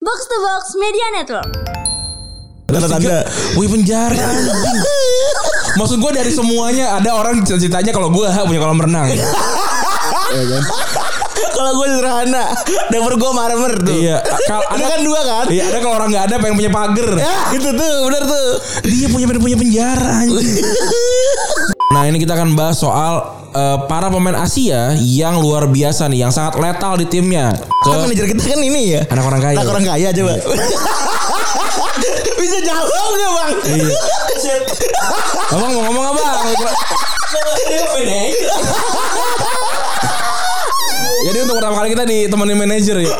Box to Box Media Network. Tanda-tanda. Wih penjara anjing. Maksud gue dari semuanya ada orang cita-citanya kalau gue ha, punya kolam renang. Kalau gue sederhana, dapur gue marmer tuh. iya. Kalau Ada kan dua kan? Iya ada kalau orang nggak ada pengen punya pagar. Ya, itu tuh, bener tuh. Dia punya pengen punya penjara anjing. nah ini kita akan bahas soal eh, para pemain Asia yang luar biasa nih, yang sangat letal di timnya. Ke Kan manajer kita kan ini ya. anak orang kaya. Anak orang kaya coba. Bisa jawab gak bang? Iya. Abang mau ngomong apa? Iya. Jadi untuk pertama kali kita ditemenin manajer ya.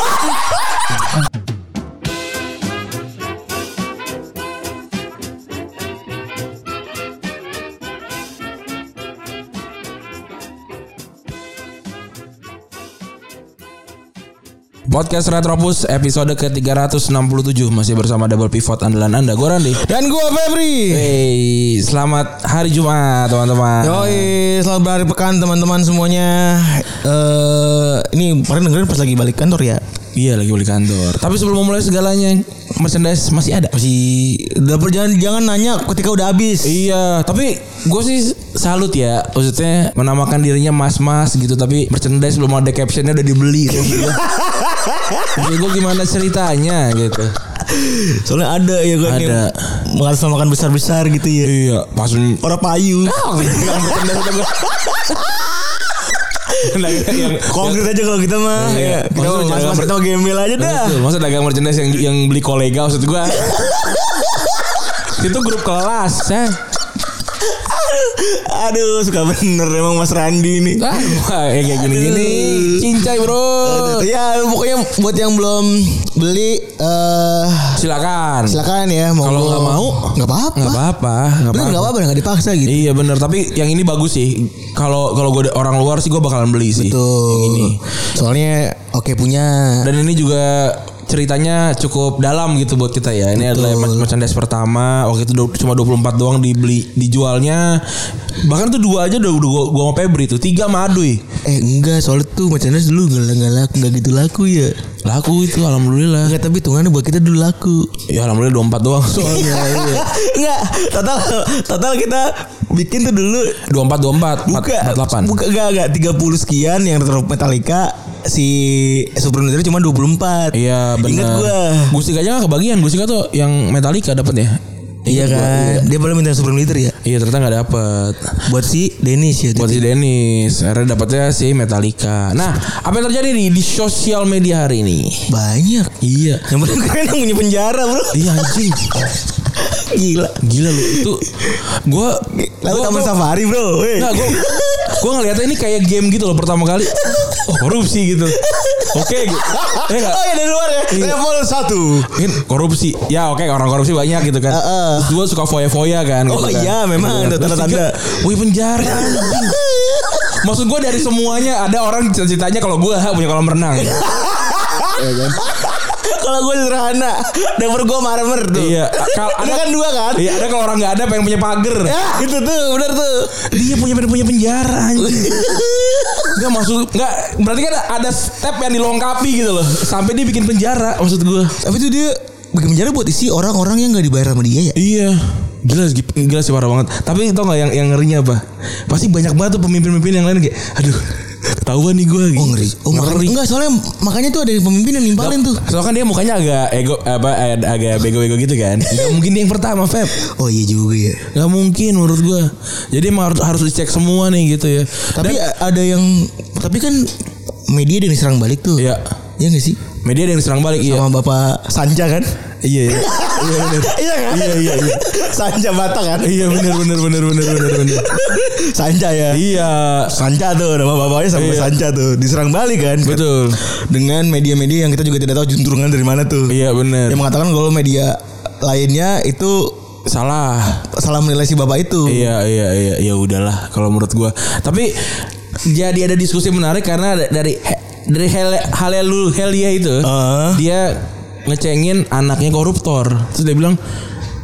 Podcast Retropus episode ke-367 masih bersama double pivot andalan Anda gue Randy. Dan gue Febri. Iya. Hey, selamat hari Jumat teman-teman. Yoi, selamat berhari pekan teman-teman semuanya. Eh, ini kemarin dengerin pas lagi balik kantor ya. Iya lagi balik kantor. Tapi sebelum memulai segalanya, merchandise masih ada. Masih dapur jangan jangan nanya ketika udah habis. Iya, tapi gue sih salut ya. Maksudnya menamakan dirinya mas-mas gitu, tapi merchandise belum ada captionnya udah dibeli. Jadi gue gimana ceritanya gitu. Soalnya ada ya gue ini Ada. mengatasnamakan besar-besar gitu ya. Iya, Oh, pas Orang payu. yang Konkret aja kalau kita mah. Iya. Ya, Kita Maksudnya mas jangan- Iya, mas kita mau gembel aja dah. Betul, masa dagang merchandise yang yang beli kolega maksud gua. itu grup kelas ya. Aduh, suka bener emang Mas Randi nih. Ah, wah, yang kayak gini-gini. Cincai, Bro. Ya, pokoknya buat yang belum beli eh Silakan. silakan ya mau Kalau nggak mau, nggak apa-apa. Nggak apa-apa, nggak Bener nggak apa-apa. apa-apa, nggak dipaksa gitu. Iya bener tapi yang ini bagus sih. Kalau kalau gue orang luar sih gue bakalan beli sih. Yang Tuh. ini. Soalnya oke punya. Dan ini juga ceritanya cukup dalam gitu buat kita ya. Ini adalah mer- merchandise pertama. Waktu itu du- cuma 24 doang dibeli dijualnya. Bahkan tuh dua aja udah udah gua, gua sama Febri tuh. Tiga sama Aduy. Eh enggak soalnya tuh merchandise dulu galak galak nggak gitu laku ya. Laku itu alhamdulillah. Enggak tapi hitungannya buat kita dulu laku. Ya alhamdulillah 24 doang. Soalnya iya. Enggak total total kita bikin tuh dulu 24 24 buka 48. buka enggak enggak 30 sekian yang retro Metallica si Super Nintendo cuma 24. Iya benar. Ingat gua. Gusika aja gak kebagian. Gusika tuh yang Metallica dapat ya. Iya Ingat gua, kan. Dia boleh minta Super Nintendo ya. Iya ternyata nggak dapet Buat si Dennis ya. Buat si Dennis Akhirnya dapetnya si Metallica Nah apa yang terjadi nih Di sosial media hari ini Banyak. Iya Yang paling keren yang punya penjara bro. Iya anjing Gila. Gila lu Itu Gue Lalu taman safari bro. Weh. Nah gue Gue ngeliatnya ini kayak game gitu loh Pertama kali Oh korupsi gitu Oke gitu Eh nggak? Oh ya dari luar ya. Level satu. Mungkin korupsi ya oke orang korupsi banyak gitu kan Heeh. Terus dua suka foya-foya kan Oh, gitu kan. iya, memang ada Terus tiga, tanda-tanda. wih penjara anjing. maksud gue dari semuanya ada orang cita-citanya kalau gue punya kolam renang Kalau gue sederhana, dapur gue marmer tuh. iya kalau Ada ada kan dua kan? iya ada kalau orang nggak ada pengen punya pagar Ya, itu tuh bener tuh. dia punya pengen punya penjara anjing nggak maksud nggak berarti kan ada step yang dilengkapi gitu loh sampai dia bikin penjara maksud gue Tapi tuh dia bikin penjara buat isi orang-orang yang gak dibayar sama dia ya. Iya. Gila, sih, gila sih parah banget. Tapi tau gak yang, yang ngerinya apa? Pasti banyak banget tuh pemimpin-pemimpin yang lain kayak, aduh, ketahuan nih gitu. gue. Oh ngeri. Oh makanya, enggak soalnya makanya tuh ada pemimpin yang nimpalin tuh. Soalnya kan dia mukanya agak ego apa eh, agak bego-bego gitu kan. Gak mungkin dia yang pertama, Feb. Oh iya juga ya. Gak mungkin menurut gue. Jadi emang harus harus dicek semua nih gitu ya. Tapi a- ada yang tapi kan media yang diserang balik tuh. Iya. Iya gak sih? media ada yang diserang balik iya. Sama Bapak Sanja kan? Iya, iya. Iya bener. Iya kan? Iya, iya, iya. Sanja Batak kan? Iya bener bener bener bener bener bener. Sanja ya. Iya. Sanca tuh nama bapaknya sama Iya. Sanca tuh diserang balik kan Betul. dengan media-media yang kita juga tidak tahu junturungan dari mana tuh Iya bener. yang mengatakan kalau media lainnya itu Salah. salah menilai si bapak itu Iya iya iya ya udahlah kalau menurut gua. Tapi jadi ada diskusi menarik karena ada- dari dari Hel- Halelu Helia itu Heeh. dia ngecengin anaknya koruptor. Terus dia bilang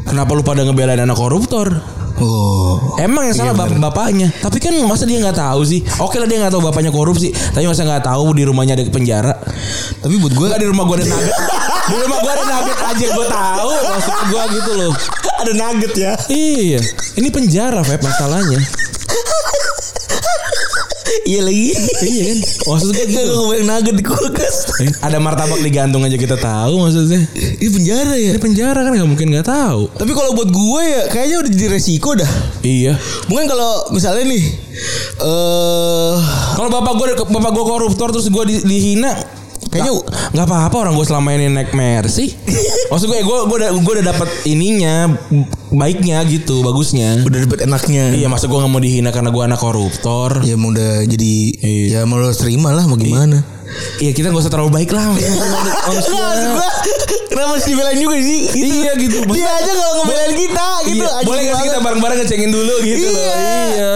kenapa lu pada ngebelain anak koruptor? Oh. Emang yang salah bap- bapaknya. Tapi kan masa dia nggak tahu sih. Oke lah dia nggak tahu bapaknya korupsi. Tapi masa nggak tahu di rumahnya ada penjara. Tapi buat gue Enggak di rumah gua ada nugget. di rumah gua ada nugget aja gua tahu. Maksud gua gitu loh. ada nugget ya. Iya. Ini penjara Feb masalahnya. iya lagi. Iya kan. Maksud gua gitu. Gue kebayang nugget di kulkas. Ada martabak digantung aja kita tahu maksudnya. Ini penjara ya. Ini penjara kan nggak mungkin nggak tahu. Tapi kalau buat gue ya kayaknya udah jadi resiko dah. Iya. Mungkin kalau misalnya nih eh Kalau bapak gue bapak gue koruptor terus gue di- dihina Kayaknya nggak- nggak apa-apa orang gue selama ini naik mercy. Maksud gue gue gue udah gue udah dapat ininya baiknya gitu bagusnya. udah dapet enaknya. Iya masa gue nggak mau dihina karena gue anak koruptor. Ya mau udah jadi Iya. ya mau lo terima lah mau gimana. Iya kita gak usah terlalu baik lah. Manusia. Enggak maksud gua Kenapa sih dibelain juga sih gitu. Iya gitu. Dia aja kalau ngebelain kita gitu Iya, anjing boleh gak sih banget. kita bareng-bareng ngecengin dulu gitu loh. Iya. Iya.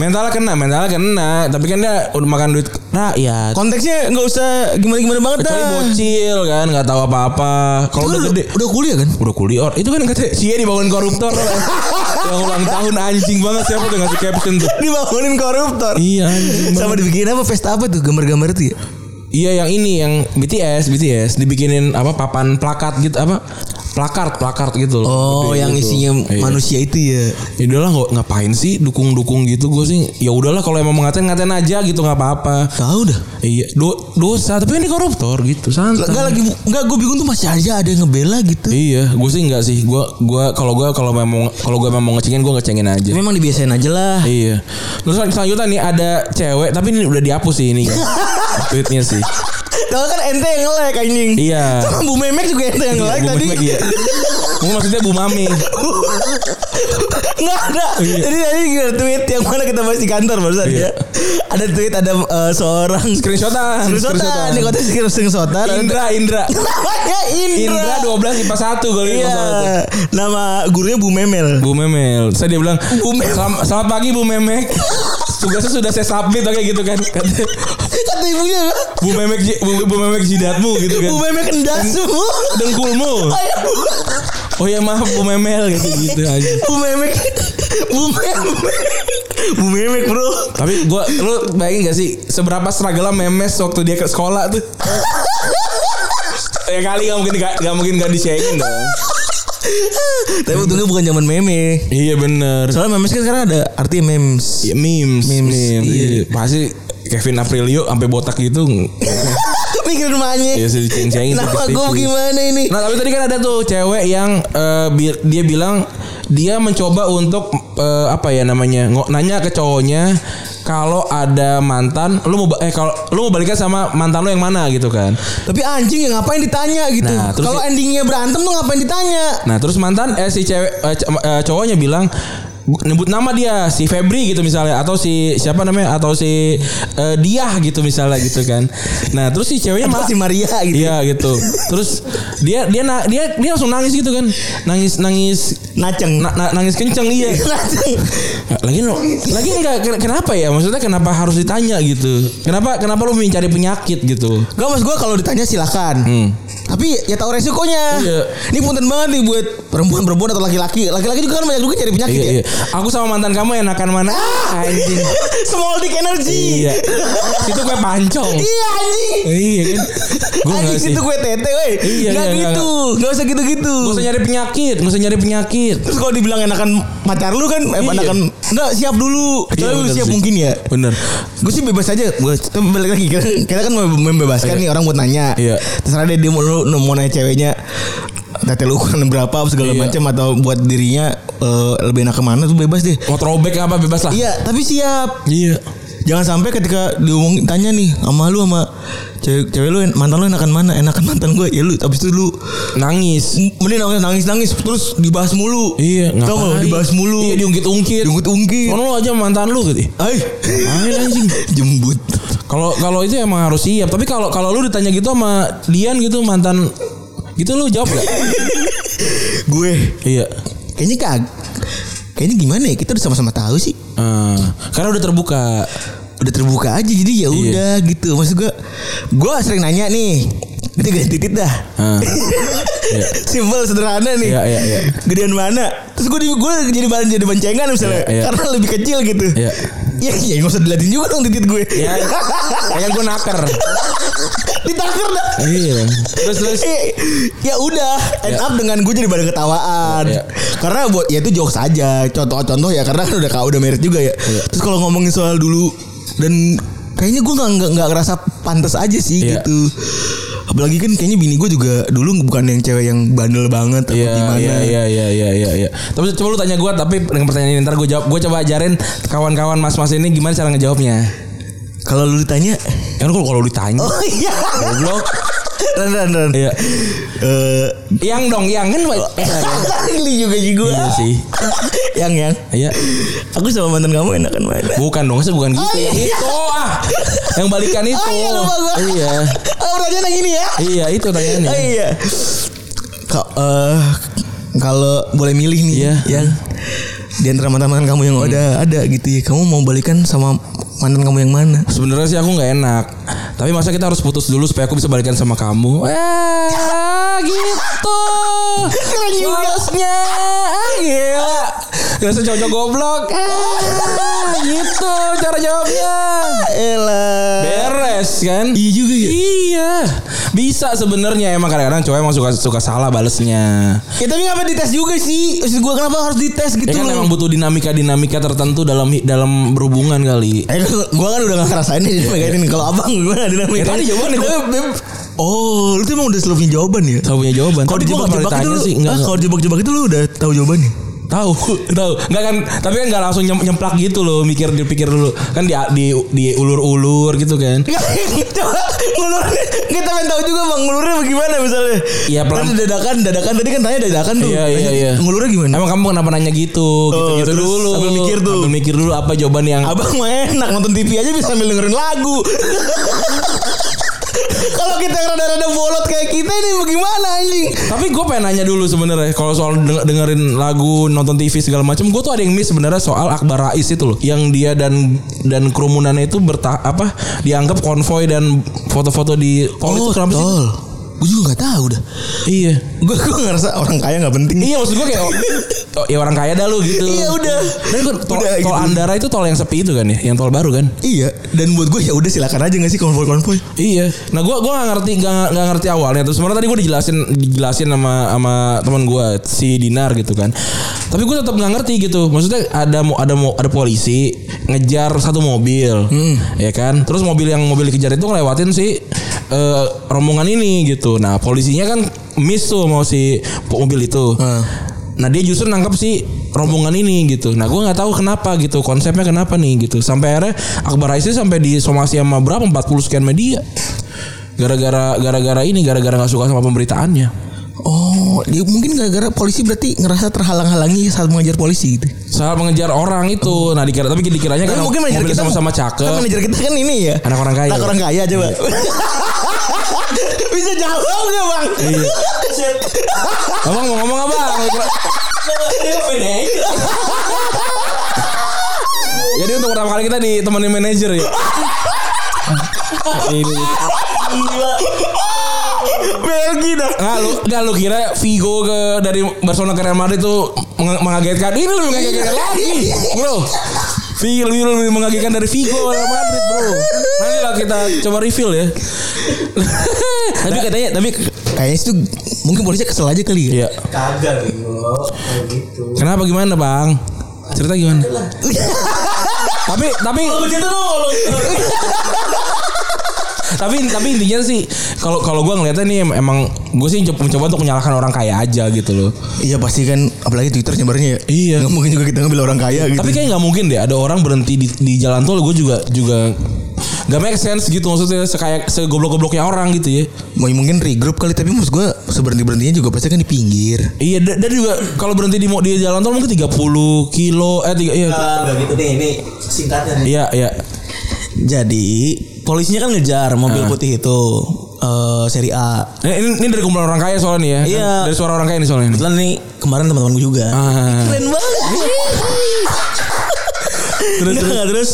Mentalnya kena, mentalnya kena. Tapi kan dia udah makan duit rakyat. Konteksnya gak usah gimana-gimana banget Kecuali dah bocil kan nggak tahu apa-apa. Kalau Lu udah gede udah kuliah kan udah kuliah itu kan kata dia dibangun koruptor Iya. yang ulang tahun anjing banget siapa udah ngasih caption tuh Dibangunin koruptor iya anjing banget. Sama dibikin apa pesta apa tuh gambar-gambar itu ya iya yang ini yang BTS BTS dibikinin apa papan plakat gitu apa plakart plakart gitu loh Oh Gede yang gitu. isinya Iya. manusia itu ya ya udahlah nggak- ngapain sih dukung dukung gitu gue sih ya udahlah kalau emang mengatain ngatain aja gitu nggak apa-apa Tahu dah iya do- dosa tapi kan dia koruptor gitu santai Enggak lagi Enggak gue bingung tuh masih aja ada yang ngebela gitu Iya, gue sih enggak sih. Gue gua kalau gue kalau memang kalau gue memang mau ngecengin gue ngecengin aja. Memang dibiasain aja lah Iya. Terus sel- selanjutnya nih ada cewek tapi ini udah dihapus sih ini. kan. Tweetnya sih. Kalau kan ente yang nge-like anjing Iya. Sama Bu Memek juga ente yang nge-like Bu tadi Memek, iya. Mungkin maksudnya Bu Mami. Nggak ada. Jadi tadi ada tweet yang mana kita bahas di kantor barusan Iya. ya. Ada tweet ada eh, seorang Screenshotan. screenshotan. Ini konten screen- screenshotan. Ada- Indra, Indra. Namanya Indra. Indra 12 IPA 1 kalau ini Iya. masalah tuh. Nama gurunya Bu Memel. Bu Memel. Saya dia bilang, Bu Memel. "Selam- "Selamat pagi Bu Memek." Tugasnya sudah saya submit oke gitu kan. Kata, Kata ibunya Bu Memek ji- Bu, Bu Memek jidatmu gitu kan. Bu Memel kendas semua. Dengkulmu. Oh ya maaf Bu Memel gitu gitu aja. Bu Memek. Bu Memek. Bu Memek bro. Tapi gua lu bayangin gak sih seberapa struggle memes waktu dia ke sekolah tuh. ya kali gak mungkin gak, gak mungkin gak di-sharing dong. Tapi untungnya bukan zaman meme. Iya bener. Soalnya memes kan sekarang ada arti memes. Ya, memes, Memes, Iya. iya. Pasti Kevin Aprilio sampai botak gitu. Mikirin emaknya. Iya, sih, diceng-cengin Nama tipis-tipis. gue gimana ini? nah, tapi tadi kan ada tuh cewek yang eh, bi- dia bilang dia mencoba untuk eh, apa ya namanya? ngo- nanya ke cowoknya kalau ada mantan lu mau ba- eh kalau lu mau balikan sama mantan lu yang mana gitu kan. Tapi anjing ya ngapain ditanya gitu. Nah, terus Kalau i- endingnya berantem tuh ngapain ditanya? Nah terus mantan eh si cewek eh, c- eh, cowoknya bilang gu- nyebut nama dia si Febri gitu misalnya atau si siapa namanya atau si eh, Diah gitu misalnya gitu kan. Nah terus si ceweknya Atau malah si Maria gitu. Iya gitu. Terus dia dia na- dia dia langsung nangis gitu kan. Nangis nangis Naceng. na- na- nangis kenceng iya. Naceng. Lagi lo- lagi enggak ken- kenapa ya? Maksudnya kenapa harus ditanya gitu? Kenapa kenapa lu mencari penyakit gitu? Gak mas gue kalau ditanya silakan. Tapi ya tahu resikonya. Hmm. Iya. Ini punten banget nih buat perempuan-perempuan atau laki-laki. Laki-laki juga kan banyak juga cari penyakit Iya, iya. ya. Aku sama mantan kamu enakan mana? Ah, anjing. Small dick energy. Iya. Itu gue pancong. Iya, anjing. Iya kan Gue anjing gak sih situ gue tete weh. Iya, Nggak iya, gitu. Gak usah gitu-gitu. Gak usah nyari penyakit Gak usah nyari penyakit Terus kalau dibilang enakan pacar lu kan eh, Iya. enakan enggak siap dulu. Kecuali Iya, lu bener siap sih. mungkin ya. Bener gue sih bebas aja gue kita balik lagi kita, kita kan mau membebaskan nih orang buat nanya Iya. terserah deh dia mau lu mau nanya ceweknya tete lu ukuran berapa apa segala Iya. macam atau buat dirinya eh, lebih enak kemana tuh bebas deh Mau throwback apa bebas lah iya tapi siap Ah. Iya jangan sampai ketika diomong tanya nih sama lu sama cewek cewek lu en- mantan lu enakan mana enakan mantan gue ya lu abis itu lu Nangis mending nangis nangis nangis terus dibahas mulu Iya tau nggak dibahas mulu Iya diungkit-ungkit diungkit-ungkit Soalnya lu aja mantan lu gitu ay Main anjing jembut Kalau kalau itu emang harus siap Tapi kalau kalau lu ditanya gitu sama Dian gitu mantan Gitu lu jawab gak? gue iya Kayaknya kag Kayaknya gimana ya kita udah sama-sama tahu sih Eh, Karena udah terbuka Iya. udah terbuka aja jadi ya udah gitu maksud gua gua sering nanya nih tiga titik dah. Ah. Iya. Simpel sederhana nih. Iya, iya, iya. Gedean mana? Terus gue gue jadi bahan jadi boncengan Iya, misalnya iya. karena lebih kecil gitu. Iya. Ya iya gak usah dilatih juga dong titik gue. Ya, kayak gue naker. Ditaker dah. Iya. Terus terus. Eh, ya udah Ya. end up dengan gue jadi badan ketawaan Ya. karena buat ya itu jokes aja contoh-contoh ya karena kan udah kau udah married juga ya terus kalau ngomongin soal dulu dan kayaknya gue nggak nggak nggak ngerasa pantas aja sih Ya. gitu apalagi kan kayaknya bini gue juga dulu bukan yang cewek yang bandel banget atau Iya, gimana iya, iya, iya, iya, iya, iya. Tapi coba lu tanya gue, tapi dengan pertanyaan ini ntar gue jawab. Gue coba ajarin kawan-kawan mas-mas ini gimana cara ngejawabnya. kalau lu ditanya Kan kalau kalau ditanya, oh iya goblok. ran ran ran Iya. Eh, Yang dong, yang kan. Eh, Ini juga sih gue Iya sih. Yang yang Iya. Aku sama mantan kamu enakan mana Bukan dong, saya bukan gitu. Oh, iya. Itu ah. Yang balikan itu. Oh iya lupa gue Iya. Oh pertanyaan yang ini ya Iya, itu Oh pertanyaannya. iya. Ka- eh, kalau boleh milih nih Iya. Hmm. yang di antara mantan-mantan kamu yang udah ada gitu ya. Kamu mau balikan sama mantan kamu yang mana? Sebenarnya sih aku nggak enak. Tapi masa kita harus putus dulu supaya aku bisa balikan sama kamu? Eh, gitu. Keren juga. Malesnya. Ah, gila. Ngerasa cowok goblok. Ah, gitu cara jawabnya. Ah, Elah. Beres kan? Iya juga ya. Iya. Bisa sebenarnya emang kadang-kadang cowok emang suka suka salah balesnya. Ya tapi ngapa dites juga sih? Maksud gue kenapa harus dites gitu Ya kan loh. emang butuh dinamika-dinamika tertentu dalam dalam berhubungan kali. Eh, kan gua kan udah gak ngerasain jadi megangin kalau abang gimana dinamika. Iya. Ya, tadi jawabannya gua. Eh, Beb. Oh, lu tuh emang udah selalu punya jawaban ya? Tahu punya jawaban. Kalau Tapi gua dijebak nggak jebak pernah itu ditanya lu, sih, nggak- ah, kalau jebak jebak itu lu udah tahu jawabannya. Tahu, tahu. Enggak kan, tapi kan enggak langsung nyem- nyemplak gitu loh, mikir dipikir dulu. Kan di di diulur-ulur gitu kan. Coba ngulurnya gitu. Kita pengen tahu juga bang Ngulurnya bagaimana misalnya Iya, pelan- Tadi dadakan Dadakan tadi kan tanya dadakan tuh Iya, iya, iya. Ngulurnya gimana? Emang kamu kenapa nanya gitu? Gitu, gitu terus dulu. sambil mikir tuh. Sambil mikir dulu apa jawaban yang Abang mah enak Nonton TV aja bisa sambil dengerin lagu Kalau kita yang rada-rada bolot kayak kita ini Bagaimana anjing Tapi gue pengen nanya dulu sebenarnya kalau soal deng- dengerin lagu, nonton TV segala macam, gue tuh ada yang miss sebenarnya soal Akbar Rais itu loh, yang dia dan dan kerumunannya itu berta apa dianggap konvoy dan foto-foto di tol itu kenapa sih? Gue Oh, juga gak tahu dah Iya. Gue gue ngerasa orang kaya gak penting Iya maksud gue kayak oh, oh, ya orang kaya dah lu gitu. Iya, udah. Dan gua, tol, Udah, tol gitu. Andara itu tol yang sepi itu kan ya, yang tol baru kan? Iya Dan buat gue ya udah silakan aja gak sih konvoy-konvoy Iya. Nah gua gua gak ngerti gak, gak ngerti awalnya. Terus sebenarnya tadi gua dijelasin dijelasin sama sama teman gua si Dinar gitu kan. Tapi gua tetap nggak ngerti gitu. Maksudnya ada mau ada mau ada polisi ngejar satu mobil. Ya kan? Terus mobil yang mobil dikejar itu ngelewatin si eh, rombongan ini gitu. Nah, polisinya kan miss tuh mau si mobil itu. Hmm. Nah dia justru nangkep si rombongan ini gitu. Nah gue nggak tahu kenapa gitu konsepnya kenapa nih gitu. Sampai akhirnya Akbar Aisyah sampai di somasi sama berapa 40 sekian media. Gara-gara gara-gara ini gara-gara nggak suka sama pemberitaannya. Oh, dia mungkin gara-gara polisi berarti ngerasa terhalang-halangi saat mengejar polisi gitu. Saat mengejar orang itu. Nah dikira tapi dikiranya Tapi karena mungkin manajer mobilnya kita sama-sama Kan cakep. Iya. manajer kita kan ini ya. Anak orang kaya. Anak orang kaya coba. Bisa jawab gak bang? Iya. Abang mau ngomong apa? Jadi untuk pertama kali kita ditemenin manajer ya. ini. Belgi dah. Nggak lu, nggak lu kira Vigo ke dari Barcelona ke Real Madrid tuh meng- mengagetkan. Ini lebih mengagetkan lagi, bro. Vigo lebih, lebih mengagetkan dari Vigo ke Real Madrid, bro. Nanti lah kita coba refill ya. Nah, Tapi katanya, tapi kayaknya itu mungkin polisi kesel aja kali Iya. ya. Kagak Bimo. Kayak gitu. Kenapa gimana, Bang? Cerita gimana? tapi tapi tapi tapi intinya sih kalau kalau gue ngeliatnya nih em- emang gue sih mencoba untuk menyalahkan orang kaya aja gitu loh Iya pasti kan, apalagi Twitter nyebarnya ya. Iya. Nggak mungkin juga kita ngambil orang kaya gitu. Tapi kayak nggak mungkin deh ada orang berhenti di, di jalan tol. Gue juga juga nggak make sense gitu maksudnya sekayak segoblok-gobloknya orang gitu ya. mau mungkin regroup kali tapi maksud gue seberhenti berhentinya juga pasti kan di pinggir. Iya, da- dan juga kalau berhenti di mo- di jalan tol mungkin 30 kilo eh tiga iya. Enggak gitu nih ini singkatnya nih. Iya, iya. Jadi polisinya kan ngejar mobil Ah. putih itu eh, seri A. Ini, ini- ini dari kumpulan orang kaya soalnya nih ya. Iya. Dari suara orang kaya nih Ah, soalnya. Ini. Ah. Kebetulan nih kemarin teman-temanku juga. Ah. Keren banget. terus, terus.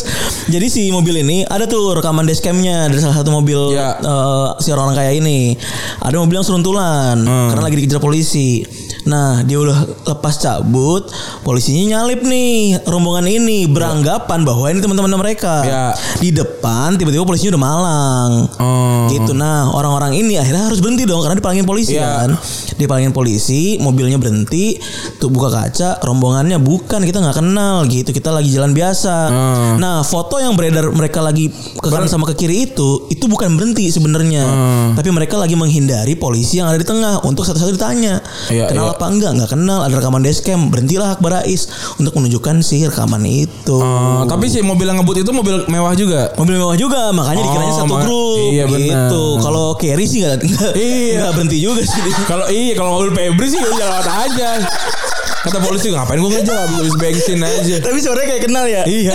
jadi si mobil ini ada tuh rekaman dashcamnya dari salah satu mobil Ya. eh, si orang kaya ini ada mobil yang seruntulan karena lagi dikejar polisi nah dia udah lepas cabut polisinya nyalip nih rombongan ini beranggapan bahwa ini teman-teman mereka Ya. di depan tiba-tiba polisinya udah malang Oh. gitu nah orang-orang ini akhirnya harus berhenti dong karena dipanggil polisi Iya. kan dipanggil polisi mobilnya berhenti tuh buka kaca rombongannya bukan kita nggak kenal gitu kita lagi jalan biasa Hmm. nah foto yang beredar mereka lagi ke kanan sama ke kiri itu itu bukan berhenti sebenarnya Oh. tapi mereka lagi menghindari polisi yang ada di tengah untuk satu-satu ditanya Iya, kenal iya. apa enggak nggak kenal ada rekaman dashcam berhentilah Akbar Rais untuk menunjukkan si rekaman itu Oh, tapi si mobil yang ngebut itu mobil mewah juga. Mobil mewah juga makanya Oh, dikiranya satu maka- grup iya, benar. gitu. Kalau Kerry sih nggak Iya. nggak berhenti juga sih. Kalau iya kalau mobil Febri sih udah lewat aja. Kata polisi ngapain gua ngejar habis bensin aja. Tapi suaranya kayak kenal ya. Iya.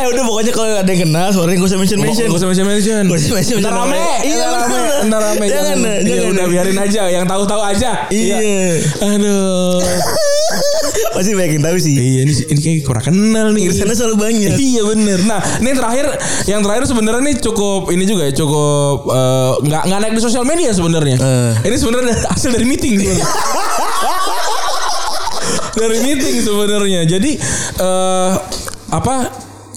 eh udah pokoknya kalau ada yang kenal suaranya gak usah mention mention. Gak usah mention mention. Gak usah mention. Ntar rame. Iya Ntar rame. bener. Ntar rame. Jangan, Jangan. jangan. Ya udah biarin aja. Yang tahu-tahu aja. Iya. Aduh. Pasti banyak yang tahu sih. Iya ini ini kayak kurang kenal nih. Irisannya selalu banyak. Iya bener. Nah ini yang terakhir, yang terakhir sebenarnya nih cukup ini juga ya cukup eh, nggak nggak naik di sosial media sebenarnya. Eh. Ini sebenarnya dari- hasil dari meeting sebenarnya. dari meeting sebenarnya. Jadi eh apa?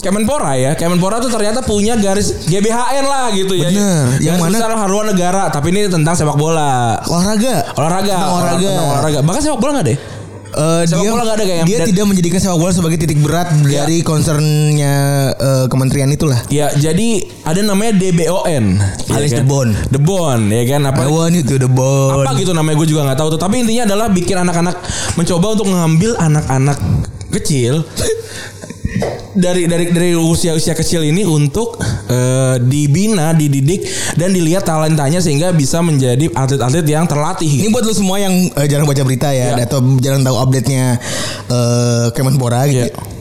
Kemenpora ya, Kemenpora tuh ternyata punya garis GBHN lah gitu ya. Bener. Yang Yang mana? mana- Besar haluan negara, tapi ini tentang sepak bola. olahraga Olahraga, Tentang olahraga. Tentang olahraga. Bahkan sepak bola nggak deh? Eh, Sepak dia bola nggak ada kayak yang- dia dan- Iya. tidak menjadikan sepak bola sebagai titik berat dari concernnya eh, kementerian itulah. Ya, jadi ada namanya DBON. Alias ya kan? The Bond. The Bond, ya kan? Apa I want you to the bone. apa gitu namanya gue juga nggak tahu tuh. Tapi intinya adalah bikin anak-anak mencoba untuk mengambil anak-anak kecil dari dari dari usia-usia kecil ini untuk eh, dibina, dididik dan dilihat talentanya sehingga bisa menjadi atlet-atlet yang terlatih. Ini buat lo semua yang eh, jarang baca berita ya, Iya. atau jarang tahu update-nya eh, Kemenpora gitu. Iya.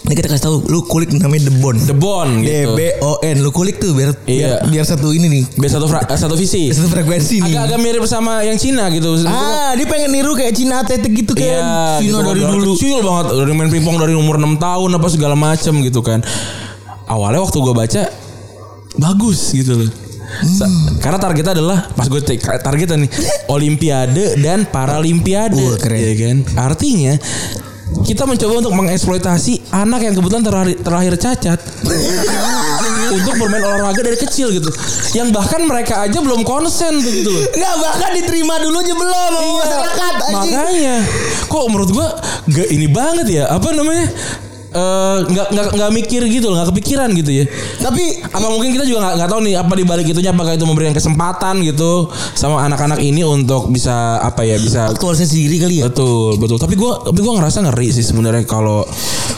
Ini kita kasih tahu, lu kulik namanya The Bond. The Bond D gitu. B O N. Lu kulik tuh biar Iya. biar, biar satu ini nih, B satu fra- eh, satu visi. satu frekuensi nih. Agak-agak mirip sama yang Cina gitu. Ah, dia pengen niru kayak Cina Atetik gitu kan. Iya, gitu, Cina dari dulu. Kecil banget dari main pingpong dari umur 6 tahun apa segala macem gitu kan. Awalnya waktu gue baca bagus gitu loh. Sa- Hmm. Karena targetnya adalah pas gue take targetnya nih Olimpiade dan Paralimpiade, Wah, keren. ya kan? Artinya kita mencoba untuk mengeksploitasi anak yang kebetulan terlahir, terlahir cacat untuk bermain olahraga dari kecil gitu, yang bahkan mereka aja belum konsen tuh gitu loh. Enggak bahkan diterima dulunya belum sama Iya. masyarakat anjing. Makanya kok menurut gua gak ini banget ya apa namanya eh, nggak nggak nggak mikir gitu loh nggak kepikiran gitu ya Tapi apa mungkin kita juga nggak nggak tahu nih apa di balik itunya apakah itu memberikan kesempatan gitu sama anak-anak ini untuk bisa apa ya bisa aktualisasi sendiri kali ya. betul betul tapi gua tapi gua ngerasa ngeri sih sebenarnya kalau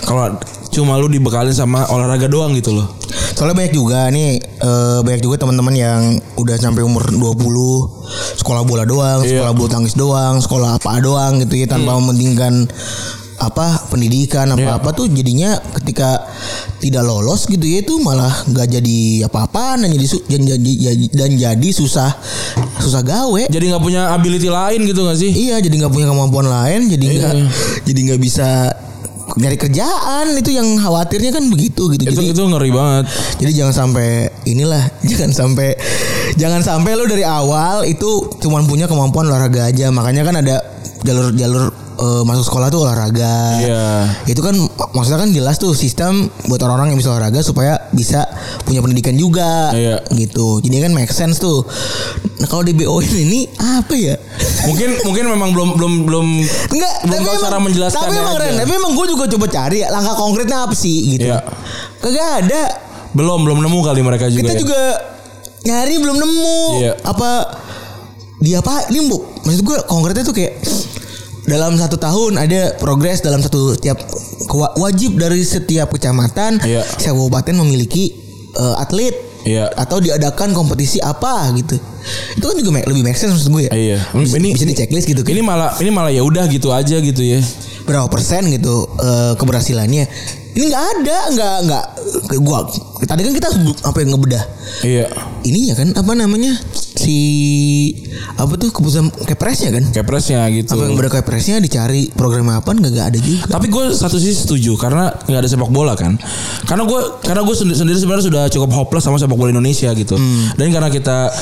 kalau cuma lu dibekalin sama olahraga doang gitu loh Soalnya banyak juga nih eh, banyak juga teman-teman yang udah sampai umur 20 sekolah bola Iya. doang, Hmm. sekolah bulu tangkis doang, sekolah apa doang gitu ya tanpa mementingkan apa pendidikan apa-apa Iya. tuh jadinya ketika tidak lolos gitu ya itu malah nggak jadi apa-apaan dan jadi, su- dan, jadi- jadi- dan jadi susah susah gawe. jadi nggak punya ability lain gitu gak sih Iya, jadi nggak punya kemampuan lain, jadi nggak Iya. jadi nggak bisa nyari kerjaan itu yang khawatirnya kan begitu gitu. itu jadi itu ngeri banget jadi jangan sampai inilah, jangan sampai jangan sampai lo dari awal itu cuman punya kemampuan olahraga aja. Makanya kan ada jalur-jalur eh, masuk sekolah tuh olahraga. Iya. Itu kan mak- maksudnya kan jelas tuh sistem buat orang-orang yang bisa olahraga supaya bisa punya pendidikan juga. Iya. Gitu. Jadi kan make sense tuh. Nah, kalau di BO ini apa ya? mungkin mungkin memang belum belum belum Enggak, Belum tahu cara menjelaskannya Tapi emang aja. Ren, tapi emang gue juga coba cari ya, langkah konkretnya apa sih gitu. Iya. Kagak ada. Belum, belum nemu kali mereka juga. Kita ya. juga nyari belum nemu. Iya. Apa dia apa? Ini bu, maksud gue konkretnya tuh kayak dalam satu tahun ada progres dalam satu tiap kewa- wajib dari setiap kecamatan, Iya. setiap kabupaten memiliki eh, atlet. Iya. Atau diadakan kompetisi apa gitu. Itu kan juga make- lebih make sense maksud gue ya. Iya. Bisa, Ini- bisa di checklist gitu kan. Ini malah ini malah ya udah gitu aja gitu ya. berapa persen gitu eh, keberhasilannya ini nggak ada nggak nggak ke- gua tadi kan kita sampai ngebedah Iya. ini ya kan apa namanya si apa tuh keputusan kepresnya kan? Kepresnya gitu. Apa yang berada kepresnya dicari program apa nggak nggak ada juga. Tapi gue satu sisi setuju karena nggak ada sepak bola kan. Karena gue karena gue sendi- sendiri sebenarnya sudah cukup hopeless sama sepak bola Indonesia gitu. Hmm. Dan karena kita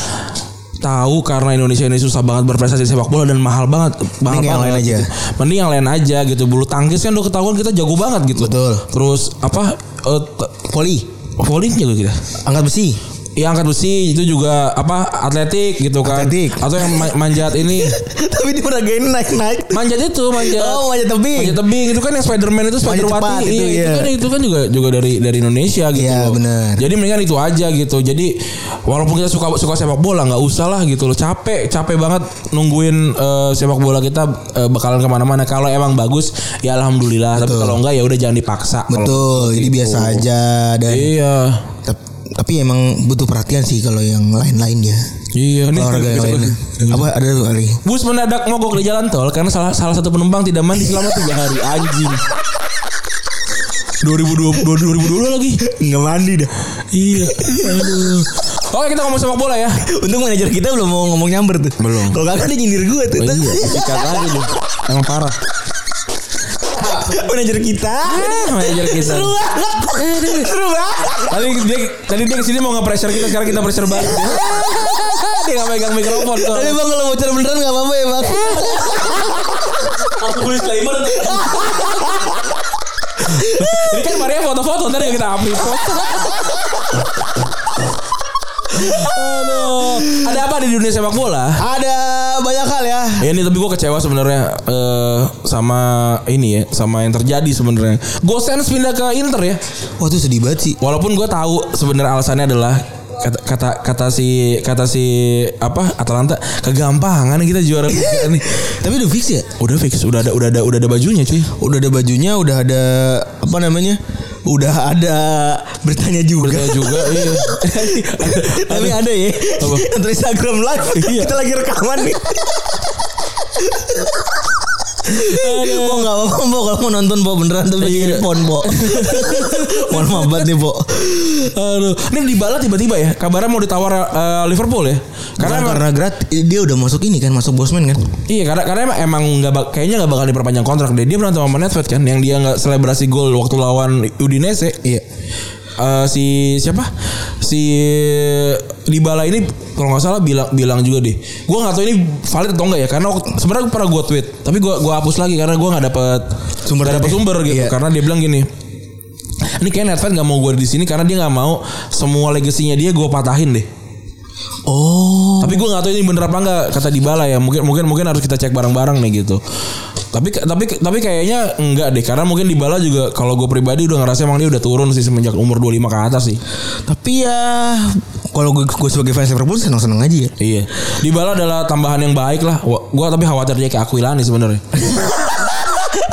tahu karena Indonesia ini susah banget berprestasi di sepak bola dan mahal banget mahal Mending yang banget lain aja. gitu. mending yang lain aja gitu bulu tangkis kan udah ketahuan kita jago banget gitu Betul. terus apa eh, t- volley volley jago kita Angkat besi. ya angkat besi itu juga apa atletik gitu kan Atletik. atau yang ma- manjat ini Tapi diperagain naik-naik. manjat itu manjat Oh, wajah tebing. Manjat tebing itu kan yang Spiderman itu cepat Spiderwati itu, iya, itu iya. kan itu kan juga juga dari dari Indonesia gitu. Iya, loh. benar. Jadi mendingan itu aja gitu. Jadi walaupun kita suka suka sepak bola nggak usah lah gitu loh. Capek capek banget nungguin eh, sepak bola kita eh, bakalan kemana-mana. Kalau emang bagus ya alhamdulillah. Tapi kalau enggak ya udah jangan dipaksa. Kalau- Betul, jadi biasa aja dan Iya. tep- tapi emang butuh perhatian sih kalau yang lain-lain ya. Iya. Ini- Olahraga yang lain. Apa ada tuh kali? Bus mendadak mogok di jalan tol karena salah salah satu penumpang tidak mandi selama tiga hari anjing. 2020 2022 lagi. Nggak mandi dah. Iya. Aduh. Oke kita ngomong sepak bola ya. Untung manajer kita belum mau ngomong nyamber tuh. Belum. Kalau kagak dia nyindir gue Oh tuh. sikat iya, lagi deh. Emang parah. manajer kita. Ah. Manajer kita. Seru banget. Seru banget. Tadi dia tadi dia kesini mau nge-pressure kita sekarang kita pressure balik. dia nggak megang mikrofon tuh. Tapi bang kalau bocor beneran nggak apa-apa ya bang. Eh. Aku tulis disclaimer. Ini kan Maria foto-foto ntar yang kita upload. Aduh, ada apa di dunia sepak bola? Ada banyak hal ya. Ya ini tapi gue kecewa sebenarnya eh, sama ini ya, sama yang terjadi sebenarnya. Gosens pindah ke Inter ya. Wah tuh sedih banget sih. Walaupun gue tahu sebenarnya alasannya adalah kata, kata kata si kata si apa Atalanta kegampangan kita juara Liga nih. Tapi udah fix ya. Udah fix, udah ada udah ada udah ada bajunya cuy. Udah ada bajunya, udah ada apa namanya? Udah ada bertanya juga. Udah juga iya. Tapi ada ya. Apa? Yang tulis Instagram live. Kita lagi rekaman nih. Bo gak apa-apa Bo Kalau mau nonton Bo beneran Tapi lagi di pon Bo Mohon maaf banget nih Bo Aduh, ini Dybala tiba-tiba ya. Kabarnya mau ditawar eh, Liverpool ya. Karena, Karena emang- karena gratis Dia udah masuk ini kan Masuk bosman kan Iya karena karena emang- emang nggak bak- kayaknya nggak bakal diperpanjang kontrak deh. Dia berantem sama Nedved kan yang dia nggak selebrasi gol waktu lawan Udinese. Iya. Eh, si siapa si Dybala ini kalau nggak salah bilang bilang juga deh. Gua nggak tahu ini valid atau enggak ya karena waktu- sebenarnya pernah gua tweet tapi gua gua hapus lagi karena gua nggak dapet Sumber nggak dapet dari- sumber gitu iya. karena dia bilang gini ini kayak Nedved nggak mau gue di sini karena dia nggak mau semua legasinya dia gua patahin deh. Oh Tapi gue gak tahu ini bener apa enggak kata Dybala ya. Mungkin mungkin mungkin harus kita cek bareng-bareng nih gitu. Tapi tapi tapi kayaknya enggak deh karena mungkin Dybala juga kalau gue pribadi udah ngerasa emang dia udah turun sih semenjak umur 25 ke atas sih. Tapi ya Kalau gue, gue sebagai fans Liverpool Seneng-seneng aja ya Iya. Dybala adalah tambahan yang baik lah. Wa- Gue tapi khawatir dia kayak Aquilani sebenarnya.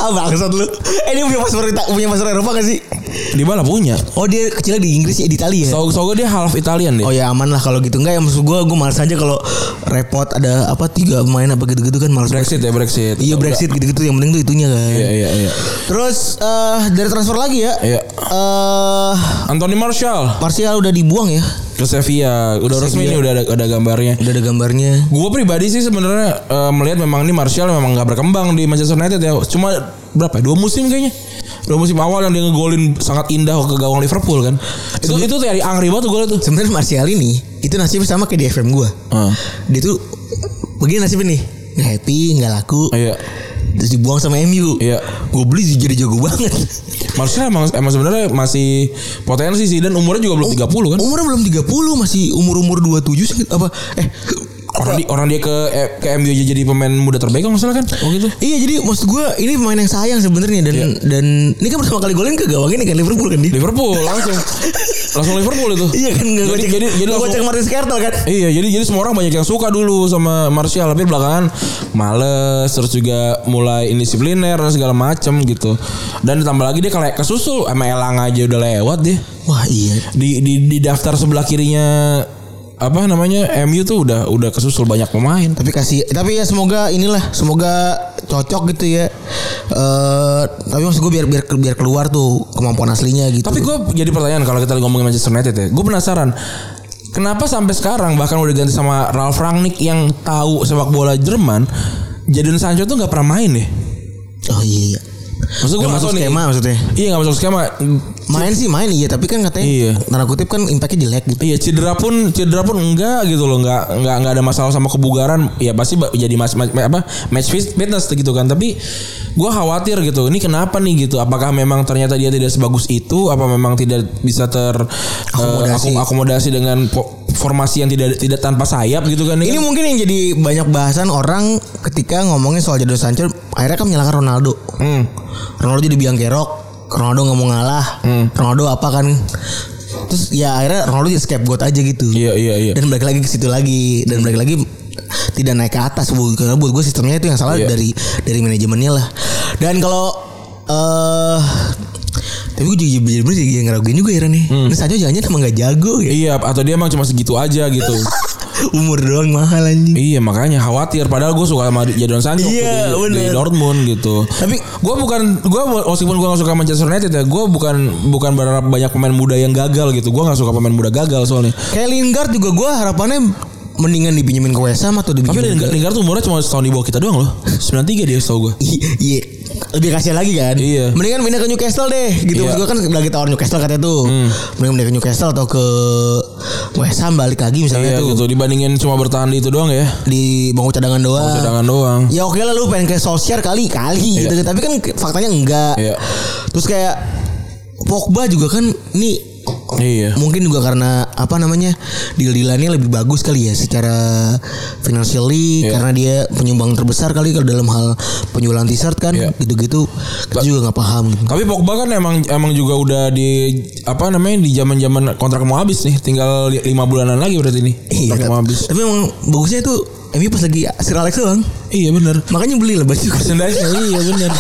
Ah bangsat lu Eh dia punya paspor Ita- Punya paspor Eropa gak sih Dybala punya. Oh dia kecilnya di Inggris ya Di Italia ya Tahu gue dia half Italian deh. Oh ya aman lah kalau gitu enggak ya maksud gue gue malas aja kalau repot ada apa tiga pemain apa gitu-gitu kan malas Brexit ya Brexit. Iya Brexit gitu-gitu yang penting tuh itunya kan. Iya iya iya. Terus eh dari transfer lagi ya. Iya. Eh Anthony Martial Martial udah dibuang ya. ke Sevilla. Udah resmi Sevilla. nih udah ada, ada gambarnya. Udah ada gambarnya. Gue pribadi sih sebenarnya eh, melihat memang ini Martial memang nggak berkembang di Manchester United ya. Cuma berapa? ya? Dua musim kayaknya. Dua musim awal yang dia ngegolin sangat indah ke gawang Liverpool kan. Itu itu dari angri banget tuh golnya tuh. Sebenarnya Martial ini itu nasibnya sama kayak di FM gue. Heeh. Dia tuh begini nasibnya nih. Nggak happy, nggak laku. Iya. Terus dibuang sama MU. Iya. Gue beli jadi jago banget. Martial emang emang sebenarnya masih potensi sih dan umurnya juga belum 30 kan. Umurnya belum 30 masih umur-umur 27 sih apa eh Orang, di- orang dia ke eh, ke MU aja jadi pemain muda terbaik kalau nggak salah kan. Oh gitu. Iya jadi maksud gue ini pemain yang sayang sebenarnya dan Iya. dan ini kan pertama kali golin ke gawang ini kan Liverpool kan dia. Liverpool langsung. langsung Liverpool itu. Iya kan nggak Jadi- gocek jadi- jadi nggak langsung- gocek Martin Skrtel kan. Iya jadi jadi semua orang banyak yang suka dulu sama Martial tapi belakangan males terus juga mulai indisipliner dan segala macem gitu dan ditambah lagi dia kayak kesusul sama Elang aja udah lewat deh Wah iya. di di, di daftar sebelah kirinya apa namanya MU tuh udah udah kesusul banyak pemain Tapi kasih tapi ya semoga inilah semoga cocok gitu ya. Eh tapi maksud gue biar biar biar keluar tuh kemampuan aslinya gitu. tapi gue jadi pertanyaan kalau kita ngomongin Manchester United ya gue penasaran Kenapa sampai sekarang bahkan udah ganti sama Ralf Rangnick yang tahu sepak bola Jerman, Jadon Sancho tuh nggak pernah main deh. Oh iya. Maksud gua Nggak nggak masuk tahu nih. skema maksudnya. Iya nggak masuk skema. Main sih main iya, tapi kan katanya Iya. tanda kutip kan impactnya jelek gitu. Iya cedera pun cedera pun enggak gitu loh enggak enggak enggak ada masalah sama kebugaran ya pasti ba- jadi mas, ma- ma- apa match fit- fitness gitu kan tapi gua khawatir gitu ini kenapa nih gitu apakah memang ternyata dia tidak sebagus itu apa memang tidak bisa ter eh, Akomodasi. akom- akomodasi dengan po- formasi yang tidak tidak tanpa sayap gitu kan Ini kan- mungkin yang jadi banyak bahasan orang ketika ngomongin soal Jadon Sancho akhirnya kan menyalahkan Ronaldo. Hmm. Ronaldo jadi biang kerok, Ronaldo nggak mau ngalah, Ronaldo apa kan? Terus ya akhirnya Ronaldo jadi scapegoat aja gitu. iya iya iya Dan balik lagi ke situ lagi dan balik lagi tidak naik ke atas bu. Karena buat gue sistemnya itu yang salah Iya. dari dari manajemennya lah. Dan kalau eh tapi gue juga jadi bener jadi ngeraguin juga ya Ren ya. Hmm. Ini Sancho jangan emang gak jago ya. iya atau dia emang cuma segitu aja gitu Umur doang mahal anjing. Iya makanya khawatir padahal gue suka sama Jadon Sancho Iya, waktu di, di bener. Dortmund gitu. Tapi- gue bukan gue meskipun gue gak suka Manchester United ya gue bukan bukan berharap banyak pemain muda yang gagal gitu. Gue gak suka pemain muda gagal soalnya. Kayak Lingard juga gue harapannya mendingan dipinjemin ke West Ham atau Tapi dipinjemin Lingard, ke Lingard tuh umurnya cuma setahun di bawah kita doang loh. 93 dia setahu gue. I- Iya, lebih kasihan lagi kan. Iya. Mendingan pindah ke Newcastle deh, gitu. Iya. Maksud gue kan lagi tawar Newcastle katanya tuh. Hmm. Mendingan pindah ke Newcastle atau ke West Ham balik lagi misalnya Iya tuh. gitu dibandingin cuma bertahan di itu doang ya. Di bangku cadangan doang. Cadangan doang. Ya oke lah lu pengen ke Solskjaer kali kali gitu tapi kan ke- faktanya enggak. Iya. Terus kayak Pogba juga kan ini Iya. mungkin juga karena apa namanya deal-dealannya lebih bagus kali ya secara financially Iya. karena dia penyumbang terbesar kali kalau dalam hal penjualan t-shirt kan Iya. gitu-gitu kita juga nggak paham gitu. Tapi Pogba kan emang emang juga udah di apa namanya di zaman-zaman kontrak mau habis nih, tinggal li- lima bulanan lagi berarti nih. Iya, Kontrak mau tapi, habis. tapi emang bagusnya itu MU pas lagi Sir Alex doang. Iya bener Makanya beli lah baju merchandise iya benar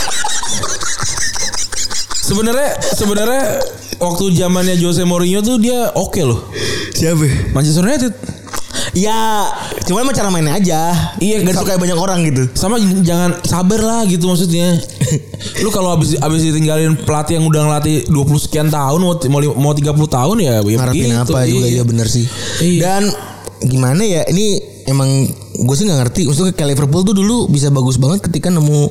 sebenarnya sebenarnya waktu zamannya Jose Mourinho tuh dia oke loh Iya, Siapa? Manchester United Ya, cuman emang cara mainnya aja. Iya, gak gitu. suka banyak orang gitu. sama j- jangan sabar lah gitu maksudnya lu kalau habis habis ditinggalin pelatih yang udah ngelatih 20 sekian tahun mau mau li- mau 30 tahun ya ya ngarepin begitu, apa juga iya. ya bener sih. Iya. Dan gimana ya ini emang gue sih nggak ngerti. Maksudnya kayak Liverpool tuh dulu bisa bagus banget ketika nemu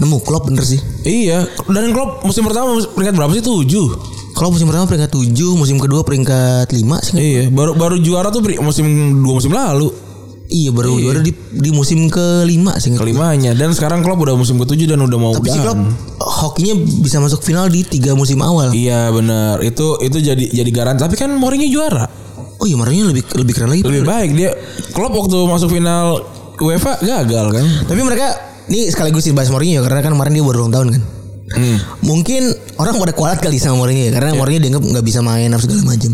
nemu Klopp bener sih. iya dan Klopp musim pertama mus- peringkat berapa sih 7 Klopp musim pertama peringkat 7, musim kedua peringkat 5 sih. nggak- iya baru baru juara tuh peri- musim dua musim lalu Iya baru juara di, di musim kelima sih. nggak- kelimanya dan sekarang Klopp udah musim ketujuh dan udah mau Tapi si udahan. Klopp hokinya bisa masuk final di tiga musim awal. Iya benar. Itu itu jadi jadi garansi. Tapi kan Mourinho juara. Oh iya Mourinho lebih lebih keren lagi. Lebih baik dia. Klopp waktu masuk final UEFA gagal kan. Tapi mereka ini sekaligus dibahas Mourinho ya, karena kan kemarin dia baru ulang tahun kan. Hmm. Mungkin orang pada kualat kali sama Mourinho ya Iya. karena Mourinho dianggap nggak bisa main apa segala macam.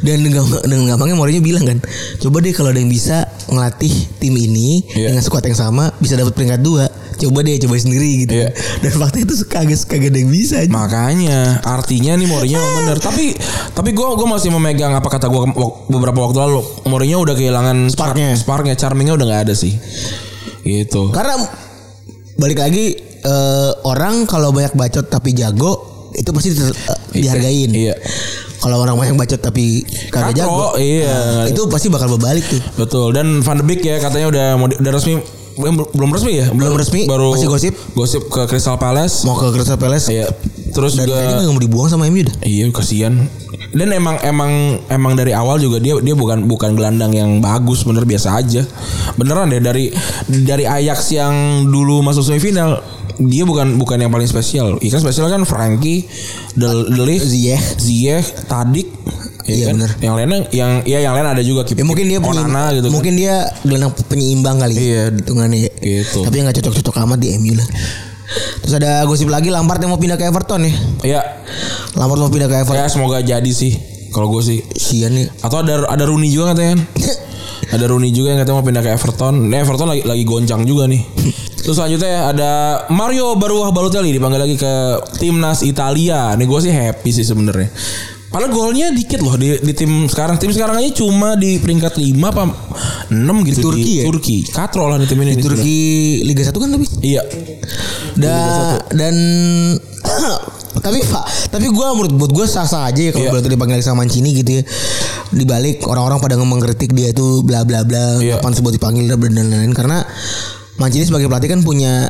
Dan dengan dengan gampangnya Mourinho bilang kan, coba deh kalau ada yang bisa ngelatih tim ini Iya. dengan squad yang sama bisa dapat peringkat dua, coba deh coba sendiri gitu. Iya. Dan faktanya itu kagak kagak ada yang bisa. anjing. Makanya artinya nih Mourinho emang bener. Tapi tapi gua gua masih memegang apa kata gua ke- wak- beberapa waktu lalu. Mourinho udah kehilangan Sparknya. Kan char- sparknya, charmingnya udah nggak ada sih. Gitu. Karena balik lagi eh, orang kalau banyak bacot tapi jago itu pasti ter- eh, dihargain. Iya. Kalau orang banyak bacot tapi kagak Kacau, jago, iya. nah, itu pasti bakal berbalik tuh. Betul. Dan Van de Beek ya katanya udah mau di- udah resmi belum belum resmi ya? Belum resmi, Baru masih gosip. Gosip ke Crystal Palace. Mau ke Crystal Palace Iya. Terus dan juga kayaknya nggak mau dibuang sama MU dah. Iya kasihan. Dan emang emang emang dari awal juga dia dia bukan bukan gelandang yang bagus bener biasa aja. Beneran deh dari dari Ajax yang dulu masuk semifinal dia bukan bukan yang paling spesial. Ikan spesial kan Frankie, Del Delis, Ziyech. Ziyech, Tadic. Iya, kan? bener. Yang lainnya yang ya yang lain ada juga Ya mungkin dia Onana penyeimbang- gitu. kan. mungkin dia gelandang penyeimbang kali. Iya. hitungannya. ya. Gitu. Tapi nggak cocok-cocok amat di MU lah. Terus ada gosip lagi Lampard yang mau pindah ke Everton ya. ya Lampard mau pindah ya ke Everton. semoga jadi sih kalau gue sih. Sian nih. Atau ada ada Rooney juga katanya kan? Ada Rooney juga yang katanya mau pindah ke Everton. Ini Everton lagi lagi goncang juga nih. Terus selanjutnya ada Mario Baruah Balotelli dipanggil lagi ke timnas Italia. Nih gue sih happy sih sebenarnya. Padahal golnya dikit loh di, di tim sekarang. Tim sekarang aja cuma di peringkat 5 apa 6 gitu Di Turki ya? Turki. Katro lah di tim ini. Di nih sebenarnya. Turki Liga 1 kan tapi Iya. Da, dan tapi Pak, tapi gua menurut buat gua sah-sah aja ya Iya. kalau berarti dipanggil sama Mancini gitu ya. Dibalik orang-orang pada mengkritik dia tuh bla bla bla Iya. kapan sebut dipanggil dan lain-lain karena Mancini sebagai pelatih kan punya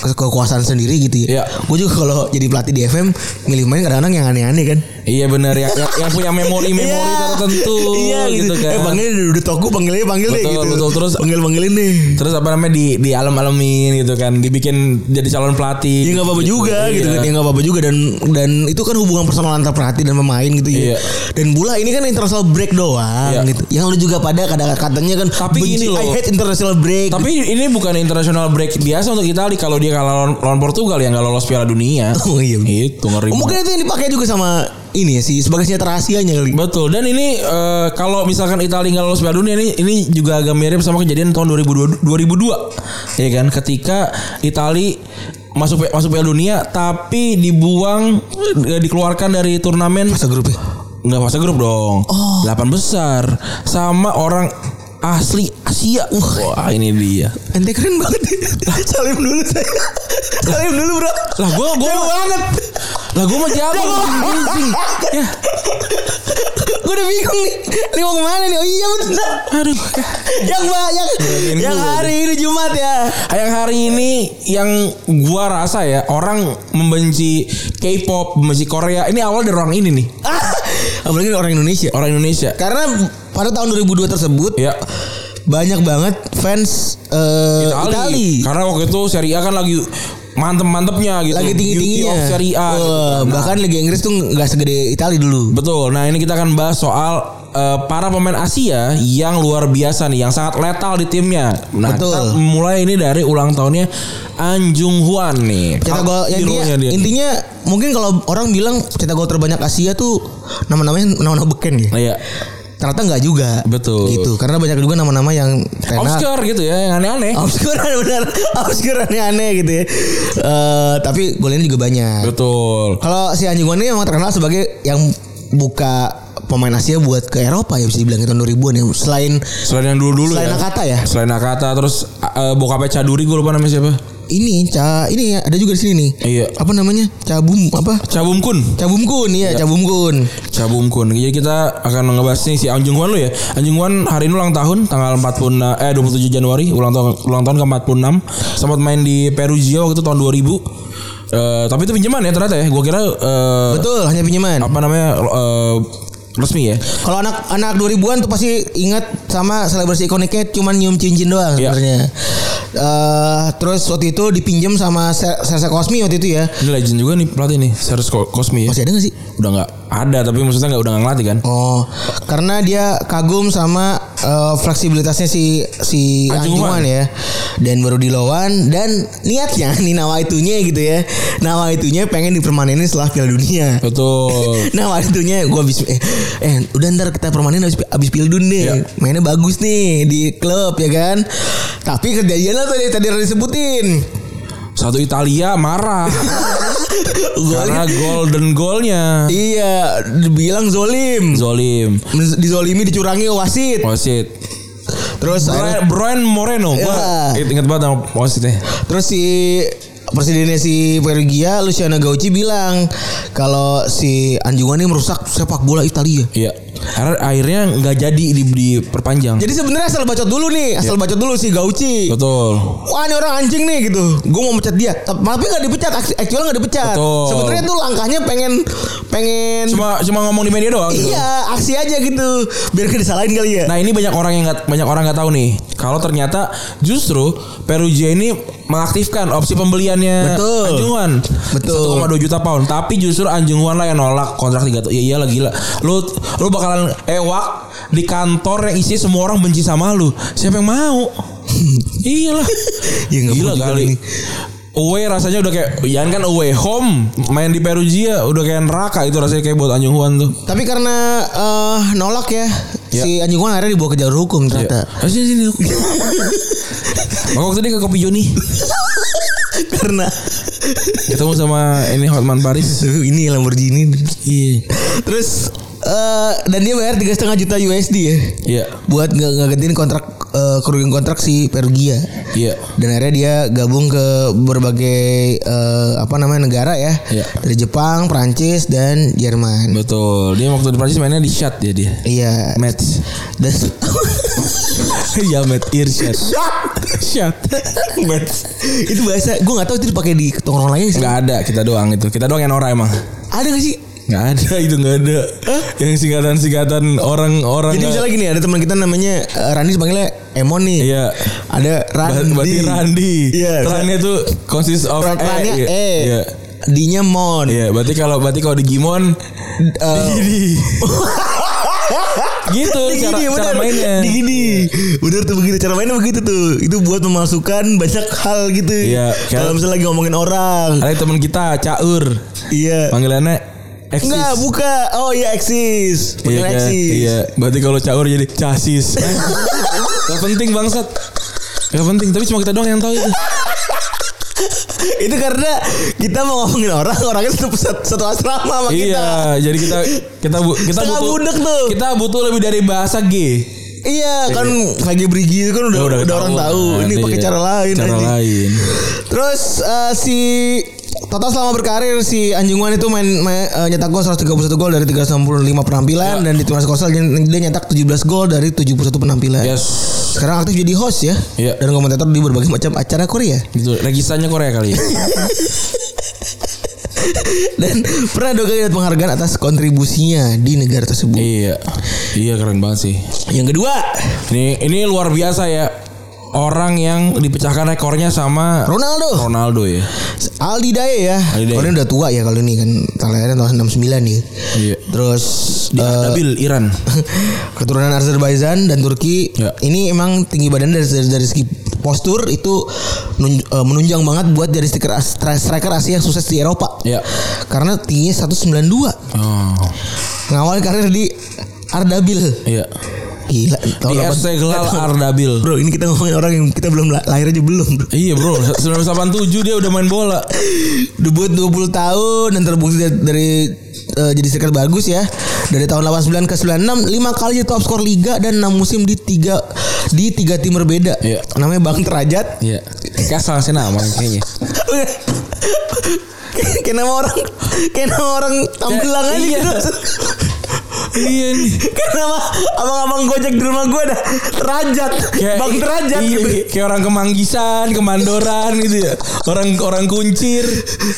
ke- kekuasaan sendiri gitu Iya. ya. Gue juga kalau jadi pelatih di FM milih main kadang-kadang yang aneh-aneh kan. Iya benar yang, yang, yang punya memori-memori Iya. tertentu Iya gitu, kan. Eh panggilnya di duduk toko panggilnya panggil deh Betul, gitu. betul. Terus- panggil-panggilin deh. Terus apa namanya di di alam-alamin gitu kan, dibikin jadi calon pelatih. Ya nggak apa-apa juga Iya. gitu kan. Ya nggak apa-apa juga dan dan itu kan hubungan personal antar pelatih dan pemain gitu ya. Iya. Dan bola ini kan international break doang Iya. gitu. Yang lu juga pada kadang katanya kan Tapi benci, gini loh. I hate international break. Tapi ini bukan international break biasa untuk Italia kalau dia kalah lawan, lawan Portugal yang nggak lolos Piala Dunia. Oh, iya. Itu ngeri. Oh, mungkin itu yang dipakai juga sama ini ya sih sebagai senjata rahasianya kali. Betul. Dan ini eh, kalau misalkan Italia nggak lolos Piala Dunia ini ini juga agak mirip sama kejadian tahun 2002, 2002. Ya kan ketika Italia masuk masuk Piala Dunia tapi dibuang eh, dikeluarkan dari turnamen Masa grupnya. nggak fase grup dong. Oh. Delapan besar sama orang asli Asia. Wah, ini dia. Ente keren banget. Salim dulu saya. Salim dulu, Bro. Lah gua gua banget. Lah gua mah jago. Anjing. Ya, Gue udah bingung nih. Ini mau kemana nih? Oh iya bener. aduh. Yang banyak. Ini Yang dulu. hari ini Jumat ya. Yang hari ini yang gua rasa ya orang membenci K-pop, membenci Korea. Ini awal dari orang ini nih, Ah, apalagi orang Indonesia. orang Indonesia. Karena pada tahun 2002 tersebut Ya. banyak banget fans eh Itali. Itali. Karena waktu itu Serie A kan lagi mantep-mantepnya gitu. Lagi tinggi-tingginya. Beauty of Serie A. Eh, gitu. Nah, bahkan Liga Inggris tuh nggak segede Itali dulu. Betul. Nah, ini kita akan bahas soal eh, para pemain Asia yang luar biasa nih, yang sangat letal di timnya. Nah, Betul. kita mulai ini dari ulang tahunnya Anjung Hwan nih. Cetak gol ya, intinya, Hero-nya dia. intinya mungkin kalau orang bilang cetak gol terbanyak Asia tuh nama-namanya nama-nama beken ya. Iya. Ternyata nggak juga. Betul. Gitu. Karena banyak juga nama-nama yang tenar. Obscure gitu ya, yang aneh-aneh. Obscure benar. Obscure aneh-aneh gitu ya. Eh, tapi golnya juga banyak. Betul. Kalau si Anjing Wan ini memang terkenal sebagai yang buka pemain Asia buat ke Eropa ya bisa dibilang itu tahun 2000-an ya. Selain Selain yang dulu-dulu selain ya. Nakata ya. Selain Nakata terus eh, bokapnya Caduri gue lupa namanya siapa. Ini Ca ini ya, ada juga di sini nih. Iya. Apa namanya? Cabum apa? Cabum Kun. Cabum Kun iya, Cabum Kun. Cabum Kun. Jadi Iya, kita akan ngebahas nih si Anjung Hwan lu ya. Anjung Hwan hari ini ulang tahun tanggal 40 eh 27 Januari ulang tahun ulang tahun ke-46. Sempat main di Perugia waktu itu tahun 2000. Eh, tapi itu pinjaman ya ternyata ya. Gua kira eh, Betul, hanya pinjaman. apa namanya eh, resmi ya. Kalau anak anak 2000-an tuh pasti ingat sama selebrasi ikoniknya cuman nyium cincin doang Iya. sebenarnya. Eh, terus waktu itu dipinjam sama Ser- Sersa Kosmi waktu itu ya. Ini legend juga nih pelatih nih, Serge Ko- Kosmi ya. Masih ada gak sih? Udah nggak ada tapi maksudnya nggak udah nggak ngelatih kan? Oh, karena dia kagum sama eh, fleksibilitasnya si si Anjungan. Anjungan ya. Dan baru dilawan dan niatnya nih nawa itunya gitu ya. Nawa itunya pengen dipermanenin setelah Piala Dunia. Betul. Nah waktunya gue abis eh, eh, udah ntar kita permanen abis, abis pildun nih Iya. mainnya bagus nih di klub ya kan tapi kejadiannya tadi tadi udah disebutin Satu Italia marah karena golden goalnya iya dibilang zolim Zolim. dizolimi dicurangi oh, wasit Wasit. terus akhirnya- Brian, Brian Moreno gua Ya. inget banget sama ya. wasitnya. terus si presidennya si Perugia Luciano Gauci bilang kalau si Anjungan ini merusak sepak bola Italia Iya. Karena akhirnya nggak jadi di, diperpanjang. jadi sebenarnya asal bacot dulu nih asal bacot dulu si Gauci Iya. Betul. Wah ini orang anjing nih gitu Gue mau mecat dia Tapi tapi gak dipecat Act- Actual gak dipecat Betul. Sebenarnya tuh langkahnya pengen Pengen Cuma cuma ngomong di media doang. gitu. Iya aksi aja gitu Biar gak disalahin kali ya Nah ini banyak orang yang nggak banyak orang nggak tahu nih. Kalau ternyata justru Perugia ini mengaktifkan opsi pembeliannya Betul. Anjungan. Betul. 1,2 juta pound. Tapi justru Anjungan lah yang nolak kontrak 3 tahun. Ya iyalah gila. Lu lu bakalan ewak di kantor yang isi semua orang benci sama lu. Siapa yang mau? iyalah. Ya, nggak gila mau juga kali. ini. Away rasanya udah kayak Jangan kan away home Main di Perugia Udah kayak neraka Itu rasanya kayak buat Anjungan tuh Tapi karena eh, Nolak ya Si anjing gua akhirnya dibawa ke jalur hukum ternyata Iya. Ayo sini sini. Maka waktu ini ke Kopi Joni Karena ketemu sama ini Hotman Paris. Ini Lamborghini Iya. Terus eh, dan dia bayar tiga setengah juta USD ya Iya. buat nge ngegantiin kontrak eh, kerugian kontrak si Perugia Iya. dan akhirnya dia gabung ke berbagai eh, apa namanya negara ya Iya. dari Jepang, Prancis dan Jerman. Betul. Dia waktu di Prancis mainnya di Shad ya dia. Iya. Match. Dan Iya, Matt Irsyad. Shad. itu bahasa gue nggak tahu itu dipakai di tongkrong lain sih. Enggak ada kita doang itu. Kita doang yang norak emang. Ada gak sih? Enggak ada itu enggak ada. Yang singkatan-singkatan orang-orang Jadi nggak- misalnya gini ada teman kita namanya eh, Randi panggilnya Emon nih. Iya. Ada Randi. Randi. Berarti Randi. Iya. Randi itu consist of Rotanya Iya. E. Iya. D-nya Mon. Iya, berarti kalau berarti kalau di Gimon Eh, Gini. gitu Di cara, gini, cara bener. mainnya. Iya. Di gini. Bener tuh begitu cara mainnya begitu tuh. Itu buat memasukkan banyak hal gitu. Iya, kayak- Kalau misalnya lagi ngomongin orang. Ada teman kita Caur. Iya. Panggilannya Eksis. Enggak, buka. Oh iya Iya, eksis. Bener kan? eksis. iya. Berarti kalau caur jadi casis. Gak penting bangsat. Gak penting, tapi cuma kita doang yang tahu itu. Itu karena kita mau ngomongin orang, orangnya satu, satu asrama sama kita. iya, jadi kita kita bu, kita Setengah butuh budek tuh. Kita butuh lebih dari bahasa G. Iya kan KG Brigi itu kan udah, Ya, udah, ketahuan. orang tahu. Ini Iya. pakai cara lain. Cara anjing. lain. Terus eh, si Tata selama berkarir si Anjungan itu main, main eh, nyetak gol 131 gol dari 365 Iya. penampilan dan di timnas Korsel dia, dia nyetak 17 gol dari 71 penampilan. Yes. Sekarang aktif jadi host ya Iya. dan komentator di berbagai macam acara Korea. Gitu, regisannya Korea kali ya. Dan pernah dua kali dapat penghargaan atas kontribusinya di negara tersebut. iya. Iya keren banget sih. Yang kedua, Ini ini luar biasa ya. Orang yang dipecahkan rekornya sama Ronaldo. Ronaldo ya. Aldi Dae ya. Aldi Dae. Kalau ini udah tua ya kalau ini kan lahirnya tahun 69 nih. Iya. Terus Di eh, Nabil Iran. keturunan Azerbaijan dan Turki. Ya. Ini emang tinggi badan dari dari, dari segi postur itu nun- eh, menunjang banget buat jadi striker as- stra- striker Asia yang sukses di Eropa. Ya. Karena tingginya 192. Oh. Ngawal karir di Ardabil. Iya. Gila. tahun Di delapan- FC Gelal Ardabil. Bro, ini kita ngomongin orang yang kita belum la- lahir aja belum. Bro. Iya bro, 1987 dia udah main bola. Debut 20 tahun dan terbukti dari, dari, eh, jadi striker bagus ya. Dari tahun 89 ke 96 5 kali jadi top skor liga dan 6 musim di tiga di tiga tim berbeda. Iya. Namanya Bang Terajat. Iya. Kayak salah sih nama kayaknya. Kayak- kayak nama orang kayak nama orang tambelang aja Iya. gitu. iya nih. Kayak nama abang-abang Gojek di rumah gue dah Terajat. Bang Terajat iya, gitu. Kayak orang kemanggisan, kemandoran gitu ya. Orang orang kuncir.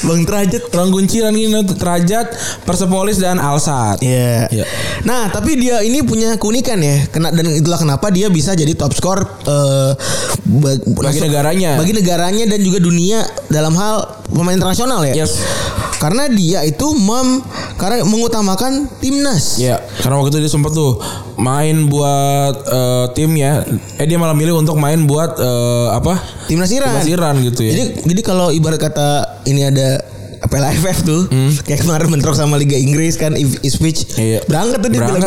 Bang Terajat. Orang kunciran gini Terajat, Persepolis dan Alsat. Iya. Iya. Nah, tapi dia ini punya keunikan ya. Kena dan itulah kenapa dia bisa jadi top skor eh, ba- Bagi masuk- negaranya. Bagi negaranya dan juga dunia dalam hal pemain internasional ya. Yes. Karena dia itu mem karena mengutamakan timnas. Iya, karena waktu itu dia sempat tuh main buat eh, tim ya. Eh dia malah milih untuk main buat eh, apa? Timnas Iran. Timnas Iran gitu ya. Jadi jadi kalau ibarat kata ini ada Piala AFF tuh kayak kemarin bentrok sama Liga Inggris kan if- Ipswich Hmm. Iya. berangkat tuh dia berangkat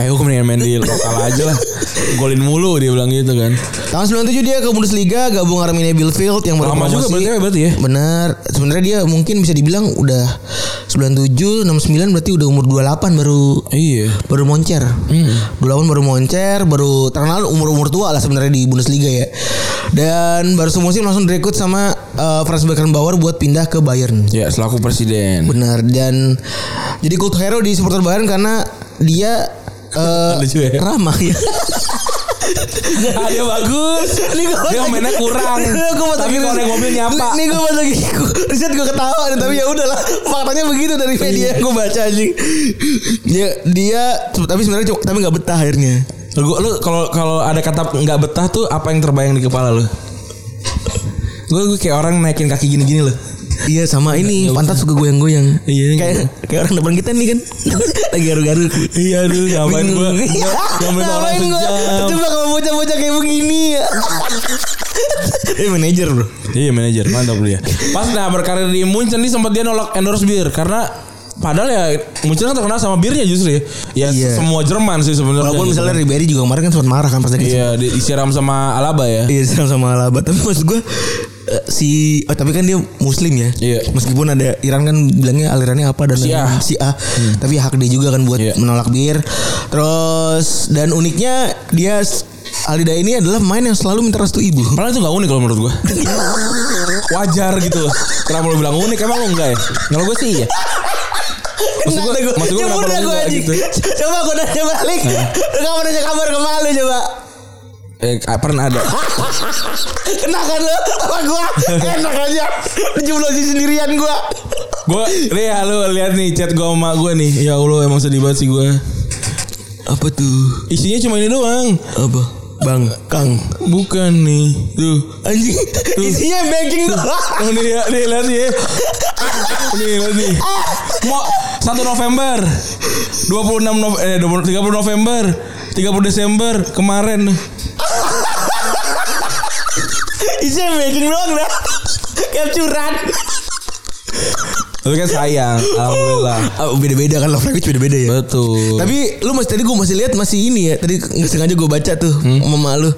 dia. Ah, aku mendingan main di lokal aja lah. Golin mulu dia bilang gitu kan. Tahun 97 dia ke Bundesliga gabung Arminia Bielefeld yang Lama juga berarti ya, berarti ya. Bener. Sebenarnya dia mungkin bisa dibilang udah 97, 69 berarti udah umur 28 baru Iya. baru moncer. 28 baru moncer, baru terkenal umur-umur tua lah sebenarnya di Bundesliga ya. Dan baru semusim langsung direkrut sama eh, Franz Beckenbauer buat pindah ke Bayern. Ya, selaku presiden. Bener dan jadi cult hero di supporter Bayern karena dia eh, Lucu ya. ramah ya. Ah, dia bagus. Ini gua Dia pas lagi- mainnya kurang. gua pas Tapi lagi- kalau naik mobil nyapa. Ini gue pas lagi riset gue ketawa nih, tapi ya udahlah faktanya begitu dari Iya. media yang gue baca anjing. Dia dia tapi sebenarnya cuma- tapi nggak betah akhirnya. Lu gua- lu kalau kalau ada kata nggak betah tuh apa yang terbayang di kepala lu? Gue gue kayak orang naikin kaki gini-gini loh. Iya sama ini pantat suka goyang-goyang. Iya. Kayak kayak orang depan kita nih kan lagi garu-garu. Iya aduh ngapain Bingung. gue Iya. Ngapain orang Ngapain gua? sejam Coba kalau bocah-bocah kayak begini ya. Eh manajer bro. Iya manajer mantap dia. Pas nah berkarir di Munchen nih sempat dia nolak endorse bir karena padahal ya Munchen kan terkenal sama birnya justru ya. Ya Iya. semua Jerman sih sebenarnya. Walaupun Iya, misalnya Ribery juga kemarin kan sempat marah kan pas lagi iya di- disiram sama Alaba ya. Iya siram sama laba Tapi maksud gue eh, si oh, tapi kan dia muslim ya. Iya. Meskipun ada Iran kan bilangnya alirannya apa dan Syiah. lain-lain, Syiah. Tapi hak dia juga kan buat Iya. menolak bir. Terus dan uniknya dia s- Alida ini adalah pemain yang selalu minta restu ibu. Malah itu gak unik kalau menurut gue Wajar gitu Kenapa lo bilang unik Emang lo enggak ya Kalau gue sih iya Maksud gue Nggak, Maksud gue coba kenapa lo udah gua enggak anjing. gitu Coba gue nanya balik. Lu Kamu nanya kabar ke malu coba. Eh pernah ada Kenakan lu sama gua. Enak aja. Jumlahin sendirian gua. Gue Nih lo lihat nih Chat gue sama gue nih Ya Allah emang sedih banget sih gue Apa tuh? Isinya cuma ini doang Apa? Bang, Kang. Bukan nih Tuh Anjing. Isinya banking doang. Oh, nih, ya, nih lihat nih. Nih lihat nih. Mau 1 November. 26 Nov eh 20 30 November. 30 Desember kemarin. Isinya banking doang dah. Capturan. Tapi kan sayang, alhamdulillah. Oh, beda-beda kan love language beda-beda ya. Betul. Tapi Tapi lu masih tadi gue masih lihat masih ini ya. Tadi nggak sengaja gue baca tuh sama emak lu.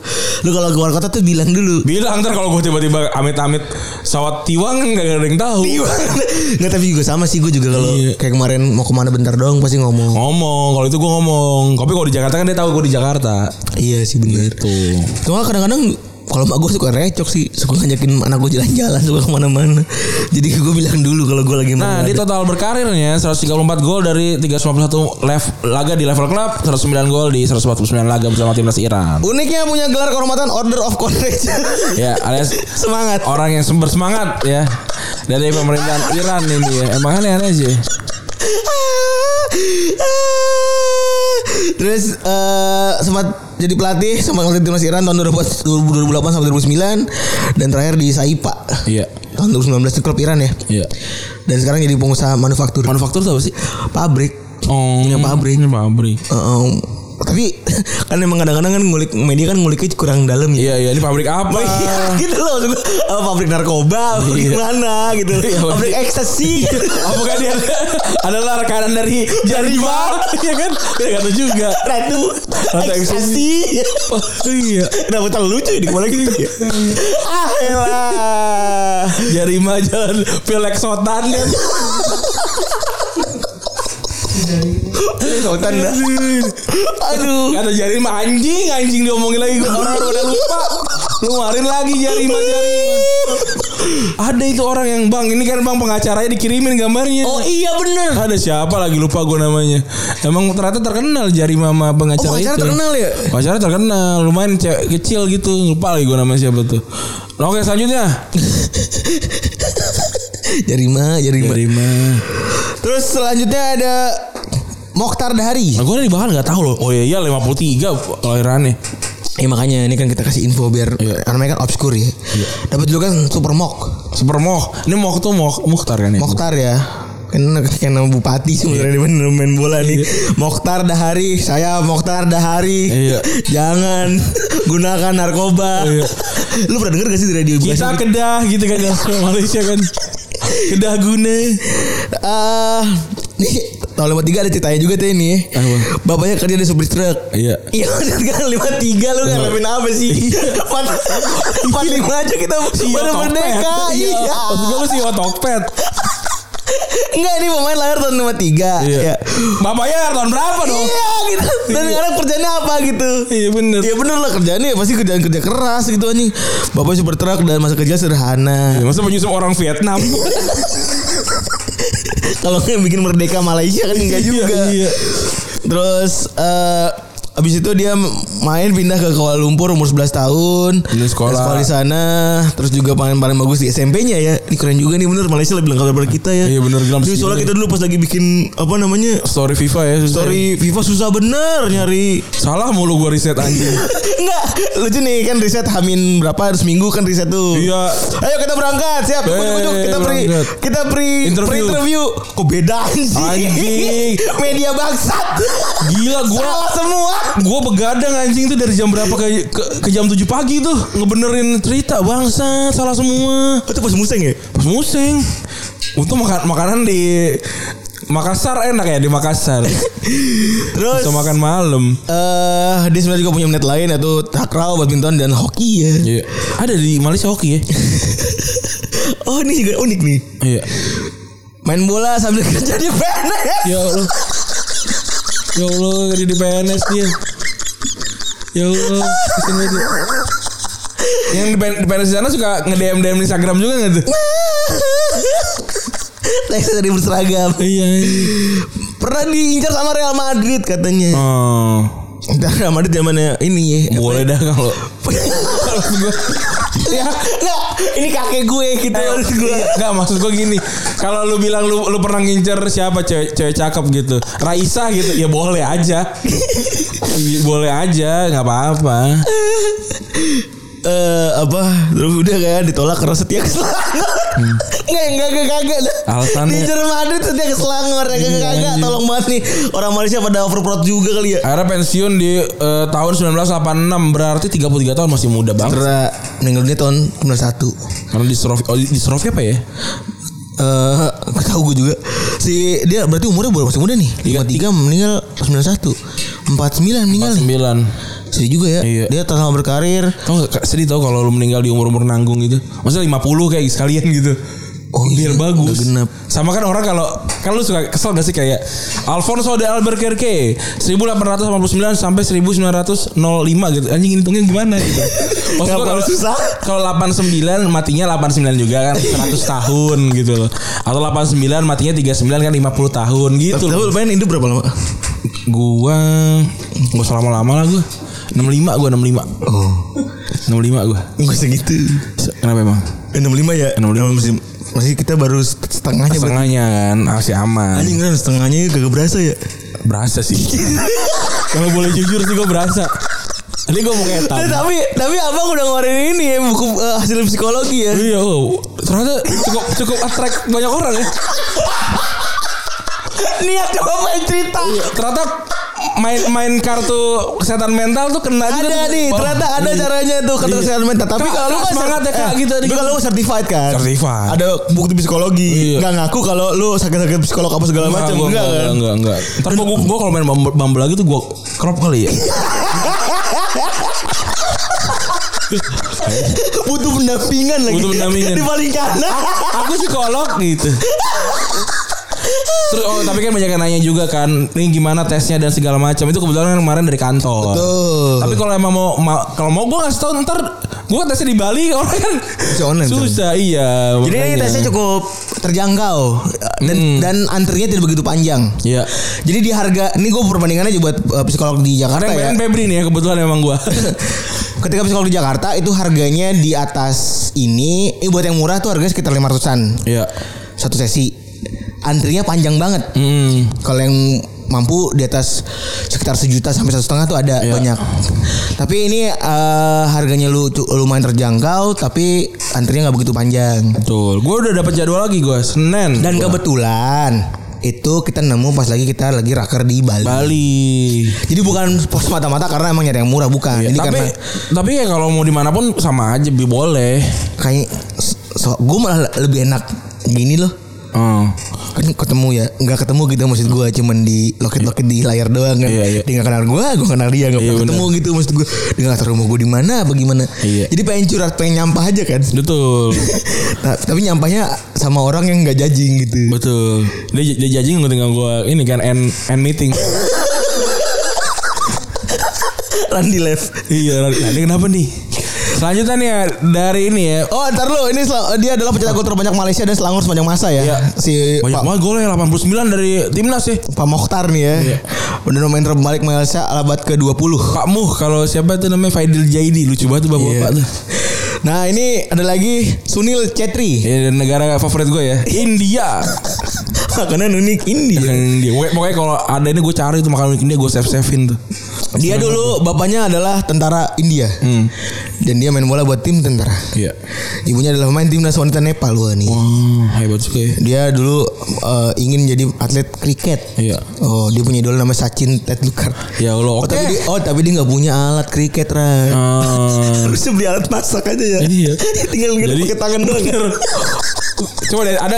Lu kalau keluar kota tuh bilang dulu. bilang ntar kalau gue tiba-tiba amit-amit sawat tiwang kan gak ada yang tahu. Nggak tapi juga sama sih gue juga kalau Iya. kayak kemarin mau kemana bentar doang pasti ngomong. Ngomong, kalau itu gue ngomong. Tapi kalau di Jakarta kan dia tahu gue di Jakarta. Gitu. Iya sih bener. Tuh. Cuma kadang-kadang kalau mak gue suka recok sih, suka ngajakin anak gue jalan-jalan, suka kemana-mana. Jadi gue bilang dulu kalau gue lagi Nah, mana-mana. di total berkarirnya 134 gol dari 351 lev, laga di level klub, 109 gol di 149 laga bersama timnas Iran. Uniknya punya gelar kehormatan Order of Courage. ya alias Semangat. orang yang sem- bersemangat ya dari pemerintahan Iran ini ya emang aneh-aneh sih Terus eh, sempat jadi pelatih sama pelatih timnas Iran tahun 2008 sampai 2009 dan terakhir di Saipa. iya Tahun 2019 di klub Iran ya. iya Dan sekarang jadi pengusaha manufaktur. manufaktur tuh apa sih pabrik. oh Punya pabrik. punya pabrik Eh, eh, tapi kan emang kadang-kadang kan ngulik media kan nguliknya kurang dalam ya. iya iya ini pabrik apa Iya, gitu loh maksud gue, eh, pabrik Ah, narkoba, pabrik Iya. mana gitu. Iya, pabrik ekstasi. Apakah Oh, dia adalah rekanan dari Jaribar? Iya kan? Dia gak tahu juga. Ratu Ratu ekstasi. Oh, iya. Kenapa terlalu lucu di kepala gitu ya? ah, elah. Jarima jalan pilek sotan kan. Sautan dah. Aduh. Kata Jarima anjing, anjing diomongin lagi gua orang udah lupa. Luarin lagi Jarima Jarima. Ada itu orang yang bang ini kan bang pengacaranya dikirimin gambarnya. Oh iya bener. Ada siapa lagi lupa gue namanya. Emang ternyata terkenal Jarima sama pengacara, Oh, pengacara itu. terkenal ya? Pengacara terkenal, lumayan cewek kecil gitu. Lupa lagi gue namanya siapa tuh. Nah, oke selanjutnya. Jarima, Jarima. Jarima. Terus selanjutnya ada Mokhtar Dahari. Nah, gue nih bahkan nggak tahu loh. Oh iya, iya 53 kelahirannya. Ya makanya ini kan kita kasih info biar namanya kan obskur ya. Dapat juga kan Super Mok. Super Moh. Ini Moh tuh Moh Mukhtar kan ya. Mokhtar ya. Kan kayak nama bupati sebenarnya dia bener main bola nih. Mokhtar Dahari, saya Mokhtar Dahari. Iya. Jangan gunakan narkoba. Iya. Lu pernah denger gak sih di radio Kita Bekasi? Kedah gitu kan ya. Malaysia kan. Kedah guna. Ah, nih tahun 53 ada ceritanya juga tuh ini. Apa? Bapaknya kerja di supir truk. Iya. Iya, maksud kan 53 lu ngalamin apa sih? 4 45 aja kita baru Otopet. merdeka. Iya. Iya. Maksud gue sih otopet. Enggak ini pemain lahir tahun 53. Iya. Bapaknya tahun berapa dong? Iya gitu. Dan sekarang kerjanya apa gitu? Iya bener. Iya bener lah kerjaannya pasti kerjaan kerja keras gitu anjing. Bapak super truk dan masa kerja sederhana. Ya, masa menyusup orang Vietnam? Kalau nggak bikin merdeka Malaysia kan enggak juga. Iya, iya. Terus eh abis itu dia main pindah ke Kuala Lumpur umur 11 tahun. Pindah sekolah. Sekolah di sana. Terus juga paling paling bagus di SMP-nya ya. Ini keren juga nih bener Malaysia lebih lengkap daripada kita ya. Iya, bener, gila, Jadi mesti soalnya gila. kita dulu pas lagi bikin apa namanya? Story FIFA ya. susah. Story FIFA susah bener nyari Salah mulu gua riset anjing. Enggak lucu nih kan riset Hamin berapa harus minggu kan riset tuh Iya. Ayo kita berangkat siap Eh, ujuk, ujuk, kita pre berangkat. kita pre Interview. pre interview kok beda anjing, Anjing. media bangsat Gila gua salah semua gua begadang anjing tuh dari jam berapa ke, ke, ke jam 7 pagi tuh ngebenerin cerita bangsa salah semua. itu pas museng ya Pas musing. Untung makan makanan di Makassar enak ya di Makassar. terus Bisa makan malam. eh, dia sebenarnya juga punya minat lain yaitu takraw badminton dan hoki ya Iya. Ada di Malaysia hoki ya. oh ini juga unik nih. Iya. Main bola sambil kerja di PNS. Ya Allah. Ya Allah kerja di PNS dia. Ya Allah, kesian banget dia. Yang di P- di PNS di sana suka nge-DM DM Instagram juga enggak tuh? Teks dari berseragam. Iya. Pernah diincar sama Real Madrid katanya. Oh. Entar Real Madrid zamannya ini ya. Boleh dah kalau ya, enggak. Ini kakek gue gitu harus gue. Enggak maksud gue gini Kalau lu bilang lu, lu pernah ngincer siapa cewek, cewek cakep gitu Raisa gitu Ya boleh aja Iya, Boleh aja nggak apa-apa Eh apa terus udah kan ditolak karena setia ke Selangor nggak nggak nggak kagak dah. Alasannya- di Jerman itu setia ke Selangor ya kagak kagak anjing. tolong banget nih orang Malaysia pada overprot juga kali ya Akhirnya pensiun di eh, tahun 1986 Berarti 33 tahun masih muda banget Karena meninggal dunia tahun 91 Karena di Sorof oh, di Sorof apa ya? Eh, gak tahu gue juga. Si dia berarti umurnya baru masih muda nih. 53 meninggal 91. 49 meninggal nih. 9 Sedih juga ya. Iya. Dia terus sama berkarir. Tau gak, Kak, sedih tau kalau lu meninggal di umur-umur nanggung gitu Maksudnya 50 kayak sekalian gitu Oh, Biar iya, bagus udah genap. Sama kan orang kalau Kan lu suka kesel gak sih kayak Alfonso de Albuquerque 1889 sampai 1905 gitu Anjing hitungnya gimana gitu Maksud Nggak gua perlu kalau- susah. Kalau 89 matinya 89 juga kan 100 tahun gitu loh Atau 89 matinya 39 kan 50 tahun gitu loh Lalu lumayan hidup berapa lama? Gua Gak usah lama-lama lah gua 65 gua 65 Oh. 65 gua Gue segitu. Kenapa emang? Eh, 65 ya. 65. Gitu. Masih, masih kita baru setengahnya. berarti. Setengahnya kan masih aman. Anjing kan setengahnya kagak berasa ya. Berasa sih. Kalau boleh jujur sih gue berasa. Ini gue mau kayak Eh, tamu. tapi tapi abang udah ngeluarin ini ya buku eh, hasil psikologi ya. Iya, wow. ternyata cukup cukup attract banyak orang ya. Iya, Niat coba kan? main Eh, cerita. Ternyata main main kartu kesehatan mental tuh kena juga Ada tuh. nih, Bang. ternyata ada Iya. caranya tuh kata Iya. kesehatan mental. Tapi Kak, kalau lu Kak, kan semangat ya, Kak, eh, gitu, Tapi gitu. kalau lu certified kan. Certified. Ada bukti psikologi. Iya. Nggak ngaku kalau lu sakit-sakit psikolog apa segala Enggak, macam Ah, gua enggak enggak, kan. enggak, enggak. Ntar gua, gua, gua kalau main bumble, Bumble lagi tuh gua crop kali ya. Butuh pendampingan lagi. Butuh pendampingan. Di paling kanan. aku psikolog gitu Terus oh tapi kan banyak yang nanya juga kan Ini gimana tesnya dan segala macam Itu kebetulan kan kemarin dari Ah. kantor Betul. Tapi kalau emang mau, ma- Kalau mau gue ngasih tau ntar Gue tesnya di Bali Orang kan Bisa online, Susah iya Jadi ini tesnya cukup terjangkau dan dan antrinya tidak begitu panjang. Iya Hmm. Jadi di harga ini gue perbandingannya aja buat eh, psikolog di Jakarta Karena yang ya. main Febri nih ya kebetulan emang gue Ketika psikolog di Jakarta itu harganya di atas ini, ini buat yang murah tuh harganya sekitar 500-an. Iya Satu sesi. Antrinya panjang banget. Hmm. Kalau yang mampu di atas sekitar sejuta sampai satu setengah tuh Iya. ada banyak. Tapi ini eh, harganya lu cu- lumayan terjangkau, tapi antrinya nggak begitu panjang. Betul Gue udah dapet jadwal lagi gue Senin Dan kebetulan itu kita nemu pas lagi kita lagi raker di Bali. Bali Jadi bukan pos mata-mata karena emang nyari yang murah bukan. Ini Iya. tapi karena tapi ya kalau mau dimanapun sama aja bi boleh. kayak so, gue malah lebih enak gini loh. Hmm. Kan ketemu ya, nggak ketemu gitu maksud gue cuman di loket-loket di layar doang kan. Iya, iya. Dia nggak kenal gue, gue kenal dia nggak Iya, pernah ketemu gitu maksud gue. Dia nggak tahu rumah gue di mana, apa gimana. Iya. Jadi pengen curhat, pengen nyampah aja kan. Betul. Ta- tapi nyampahnya sama orang yang nggak judging gitu. Betul. Dia dia judging tinggal gua ini kan end end meeting. Randy left. iya, nah, ini kenapa nih? Selanjutnya nih ya, dari ini ya. Oh ntar lu ini sel- dia adalah pencetak gol terbanyak Malaysia dan Selangor sepanjang masa ya. Iya. Si Banyak Pak, banget golnya 89 dari timnas ya. Pak Mokhtar nih ya. Iya. Bener main terbalik Malaysia abad ke-20. Pak Muh kalau siapa tuh namanya Faidil Jaidi lucu banget tuh Iya. bapak-bapak tuh. Nah ini ada lagi Sunil Chetri. Ya, dan negara favorit gue ya Iya. India Makanan unik India. Yang India Pokoknya, pokoknya kalau ada ini gue cari tuh makanan India gue save-savein tuh Dia dulu bapaknya adalah tentara India. Dan dia main bola buat tim tentara. Iya Ibunya adalah pemain timnas wanita Nepal wah nih. Wah hebat juga ya Dia dulu eh, ingin jadi atlet kriket. Iya Oh, dia punya idola namanya Sachin Tendulkar. Ya Allah Oh, oke tapi dia, oh, tapi dia nggak punya alat kriket, Ran. Ah. Harusnya beli alat masak aja ya. Iya. Tinggal ngeliat Jadi- pakai tangan doang. ya. Coba deh, ada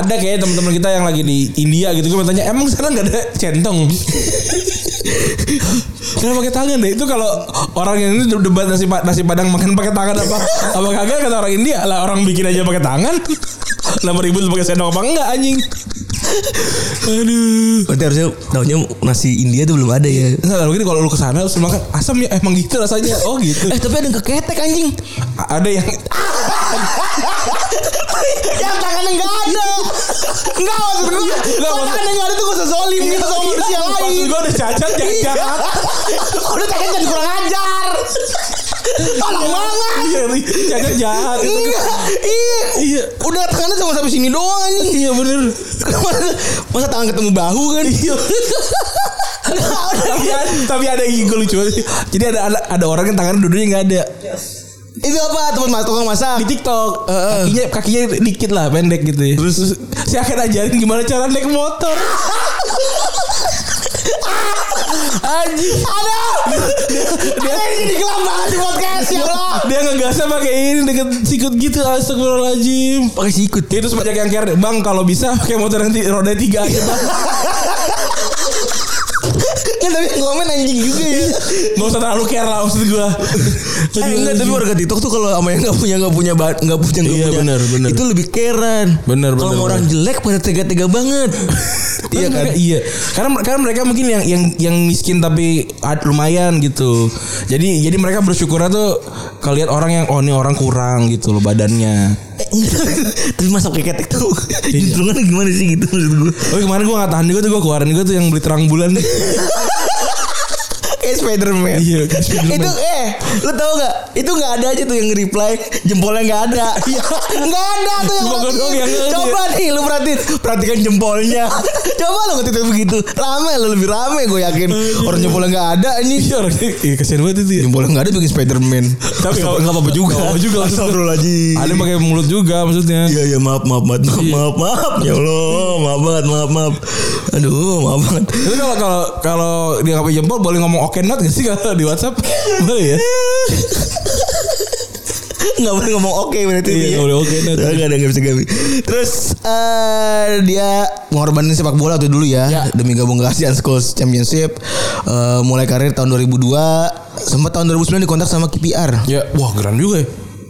ada kayak teman-teman kita yang lagi di India gitu gue tanya emang sana nggak ada centong? Kenapa pakai tangan deh? Itu kalau orang yang ini debat nasi, pa- nasi padang makan pakai tangan apa apa kagak kata orang India lah orang bikin aja pakai tangan. Lama ribut pakai sendok apa enggak anjing? Aduh. Berarti harusnya tahunya nasi India tuh belum ada ya. Enggak mungkin kalau lu kesana terus makan asam ya emang gitu rasanya. Oh gitu. Eh tapi ada yang keketek anjing. A- Ada yang Ya, Yang tangannya enggak ada. Enggak maksud gue. Enggak, Kalau maksud- Iya, tangannya enggak ada tuh gue sesolim gitu sama manusia Maksud lain. gue udah cacat ya Iya. jangan. Udah tangannya jadi kan kurang ajar. Tolong banget. Iya, ri. Cacat jahat. gitu. Itu Iya, iya. Udah tangannya sama sampai sini doang anjing. Iya bener. Masa, masa tangan ketemu bahu kan? Iya. tapi ada, tapi ada yang gue lucu banget sih. Jadi ada ada, ada orang yang tangan duduknya nggak ada Itu apa teman mas tukang masak? di TikTok. Kakinya kakinya dikit lah pendek gitu. ya. Terus saya akan ajarin gimana cara naik motor. Anjing Ada. Ada ini di gelap banget di podcast ya Allah. dia ngegasnya pakai ini deket sikut gitu astagfirullahaladzim pakai sikut ya terus banyak yang care bang kalau bisa pakai motor yang ti- roda tiga aja bang Kan tapi yang komen anjing juga ya. nggak usah terlalu care lah maksud gue Eh, enggak, tapi warga TikTok tuh kalau sama yang nggak punya nggak punya ba- nggak punya nggak Iya, punya, benar, benar. itu lebih keran. Benar, Kalau benar, sama orang benar. jelek pada tega-tega banget. iya iya kan? iya karena karena mereka mungkin yang yang yang miskin tapi ad- lumayan gitu jadi jadi mereka bersyukurnya tuh kalau lihat orang yang oh ini orang kurang gitu loh badannya Eh, enggak. tapi masuk ke ketek tuh Iya. juntrungan gimana sih gitu maksud gue. oh kemarin gue nggak tahan gue tuh gue keluarin gue tuh yang beli terang bulan Kayak Spiderman. iya kan, Spiderman. Itu eh lu tau gak? Itu nggak ada aja tuh yang reply jempolnya nggak ada. Iya. Enggak ada tuh yang Cuma gua doang yang ngerti. Coba nih lu perhatiin. Perhatikan jempolnya. Coba lu ngetik begitu. Rame lu lebih rame gue yakin. Orang jempolnya enggak ada anjing. iya orangnya iya kasihan banget itu ya. Jempolnya enggak ada bikin Spiderman. tapi nggak nggak apa-apa juga Nggak apa-apa juga, maksud lu. ada yang pakai mulut juga maksudnya Iya iya maaf maaf maaf maaf maaf, maaf. ya Allah maaf banget maaf maaf aduh maaf banget Tapi kalau kalau kalau dia nggak pakai jempol boleh ngomong oke not gak sih kalau di WhatsApp? boleh ya? nggak boleh ngomong oke berarti Iya, ya. dia. nggak boleh oke, Nat. nggak ada nggak bisa gabi Terus eh dia ngorbanin sepak bola tuh dulu ya, Iya. demi gabung ke ASEAN Schools Championship. Eh, mulai karir tahun 2002, sempat tahun 2009 dikontrak sama KPR. Ya, wah keren juga ya.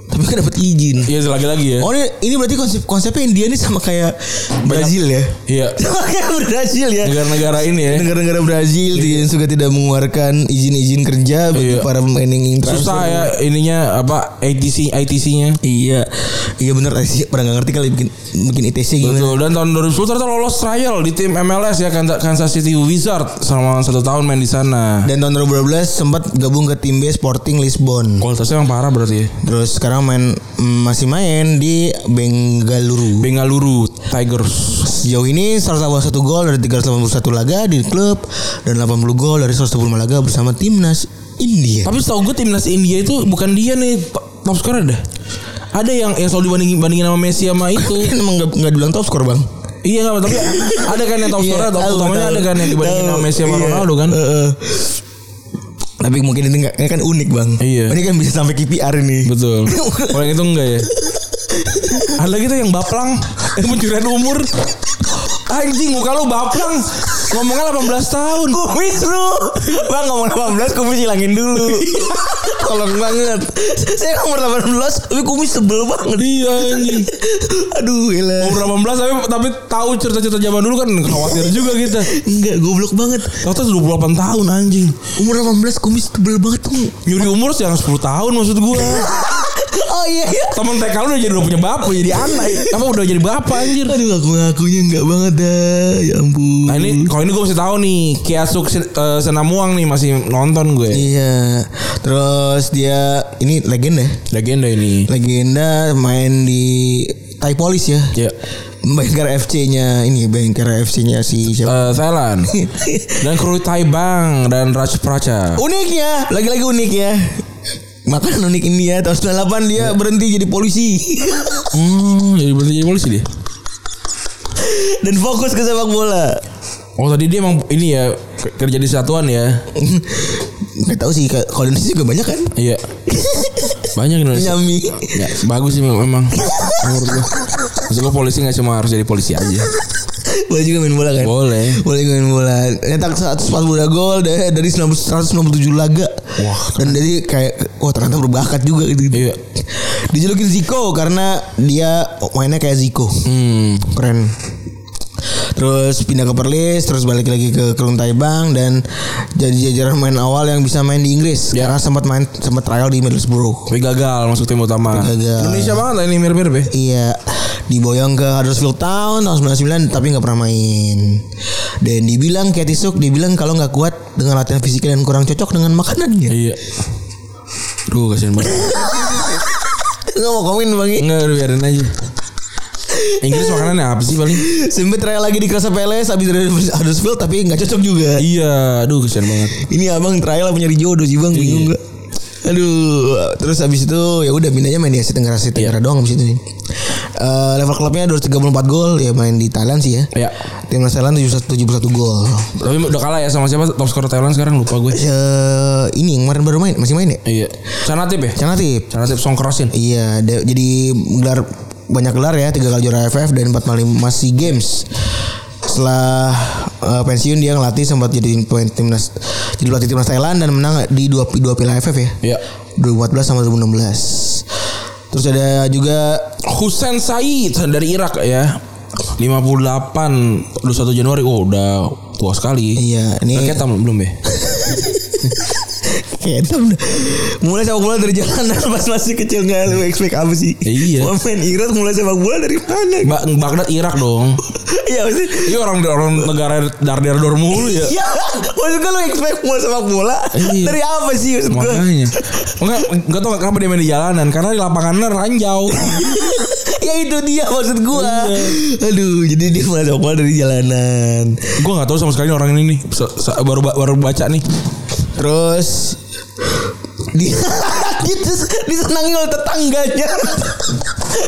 Tapi kan dapat izin. Iya lagi-lagi ya. Oh ini, ini berarti konsep konsepnya India ini sama kayak Brazil ya. Iya. Sama kayak Brazil ya. Negara-negara ini ya. Negara-negara Brazil yang suka tidak mengeluarkan izin-izin kerja bagi Iya. para pemain yang ingin transfer. Susah ya ininya apa ATC ITC-nya. Iya, iya benar sih. Pernah nggak ngerti kali bikin bikin ITC gimana? Betul. Dan tahun 2010 ternyata lolos trial di tim MLS ya Kansas Kansas City Wizard selama satu tahun main di sana. Dan tahun 2012 sempat gabung ke tim B Sporting Lisbon. Kualitasnya emang parah berarti ya. Terus sekarang main mm, masih main di Bengaluru. Bengaluru Tigers. Sejauh ini 181 gol dari 381 laga di klub dan 80 gol dari 110 laga bersama timnas India. Tapi setahu gue timnas India itu bukan dia nih top top scorer dah. Ada yang yang selalu dibandingin bandingin sama Messi sama itu. Ini emang nggak nggak dibilang top skor bang. Iya nggak, tapi ada kan yang top Iya, scorer, top tahu, utamanya tahu. ada kan yang dibandingin Tahu, sama Messi sama iya. Ronaldo kan. Heeh. Tapi mungkin ini, nggak- ini kan unik bang. Iya. Ini kan bisa sampai KPR ini. Betul. Kalau yang itu enggak ya. Ada lagi tuh yang baplang, yang pencurian umur. Anjing muka lu baplang. Ngomongnya 18 tahun. kumis lu bang ngomong 18 kumis hilangin dulu Iya, tolong banget saya nomor 18 tapi kumis sebel banget Iya anjing. aduh gila Umur 18 tapi tapi tahu cerita-cerita zaman dulu kan khawatir juga kita. enggak goblok banget Ternyata 28 tahun anjing. umur 18 kumis tebel banget tuh Nyuri umur sih yang 10 tahun maksud gua. oh iya iya Temen TK lu udah jadi udah punya bapak, udah jadi anak. Apa udah jadi bapak anjir. aduh aku ngakunya enggak banget dah ya ampun Nah ini kalau ini gue masih tahu nih Kiasuk eh, Senamuang nih masih nonton ya. gue. Iya. Terus dia ini legenda. ya? Legenda ini. Legenda main di Thai Police ya. Ya. Bayangkara FC-nya ini Bayangkara FC-nya si Eh, siapa? Thailand dan kru Thai Bang dan Raj Pracha. Unik ya, lagi-lagi unik ya. Makanan unik India tahun 98 dia berhenti jadi polisi Hmm, jadi berarti jadi polisi dia. dan fokus ke sepak bola. Oh tadi dia emang ini ya ke- kerja di satuan ya. Gak tahu sih kalau di Indonesia juga banyak kan Iya. Banyak Indonesia. Iya. nyami. Ya, bagus sih memang. Menurut gue. Maksud gue polisi nggak cuma harus jadi polisi aja. Boleh juga main bola kan? Boleh. Boleh juga main bola. Nyetak 142 gol dari dari 197 laga. Wah. Dan jadi kayak wah ternyata berbakat juga gitu. Iya. Dijulukin Zico karena dia mainnya kayak Zico. Hmm. Keren. Terus pindah ke Perlis, terus balik lagi ke Kelung Taibang dan jadi jajaran main awal yang bisa main di Inggris. Ya. Karena sempat main sempat trial di Middlesbrough. Tapi gagal masuk tim utama. Gagal. Indonesia banget lah ini mirip-mirip ya. Iya Diboyong ke Huddersfield Town tahun 99 tapi nggak pernah main. Dan dibilang Ketisuk dibilang kalau nggak kuat dengan latihan fisiknya dan kurang cocok dengan makanannya. Iya. Duh kasihan banget. Nggak mau komen bang. Enggak udah biarin aja. Inggris makanannya apa sih paling? Sempet trial lagi di Crystal Palace habis dari Huddersfield tapi nggak cocok juga. Iya, aduh kasihan banget. Ini abang trial apa nyari jodoh sih bang Iya. bingung nggak? Aduh, terus habis itu ya udah pindahnya main di Asia Tenggara Iya. Asia Tenggara doang habis itu nih. Eh, level klubnya 234 gol ya main di Thailand sih ya. Iya. Timnas Thailand 71 gol. Tapi udah kalah ya sama siapa top skor Thailand sekarang lupa gue. Eh, ini yang kemarin baru main, masih main ya? Iya. Canatip ya? Canatip. Canatip Songkrosin. Iya, da- jadi gelar banyak gelar ya, tiga kali juara AFF dan empat kali masih games. Setelah eh, pensiun dia ngelatih sempat jadi pemain timnas jadi pelatih timnas Thailand dan menang di dua dua Piala AFF Iya. ya. 2014 sama 2016. Terus ada juga Hussein Said dari Irak ya. 58 21 Januari. Oh, udah tua sekali. iya ini Rakyat belum ya? Kayak itu udah- mulai sepak bola dari jalanan pas masih kecil nggak lu expect apa sih? Iya. Mau main Irak mulai sepak bola dari mana? Ba Baghdad Irak dong. Iya maksudnya Ini orang orang negara dar dar dor mulu ya. Ya Maksud gue lu expect bola sepak bola Iya. Dari apa sih maksud gue Makanya. Enggak enggak tahu kenapa dia main di jalanan karena di lapangannya ranjau. Ya itu dia maksud gue Iya. Aduh jadi dia bola sepak bola dari jalanan Gue nggak tahu sama sekali orang ini nih. Se- se- baru ba- baru baca nih. Terus Dia dis- Disenangi oleh tetangganya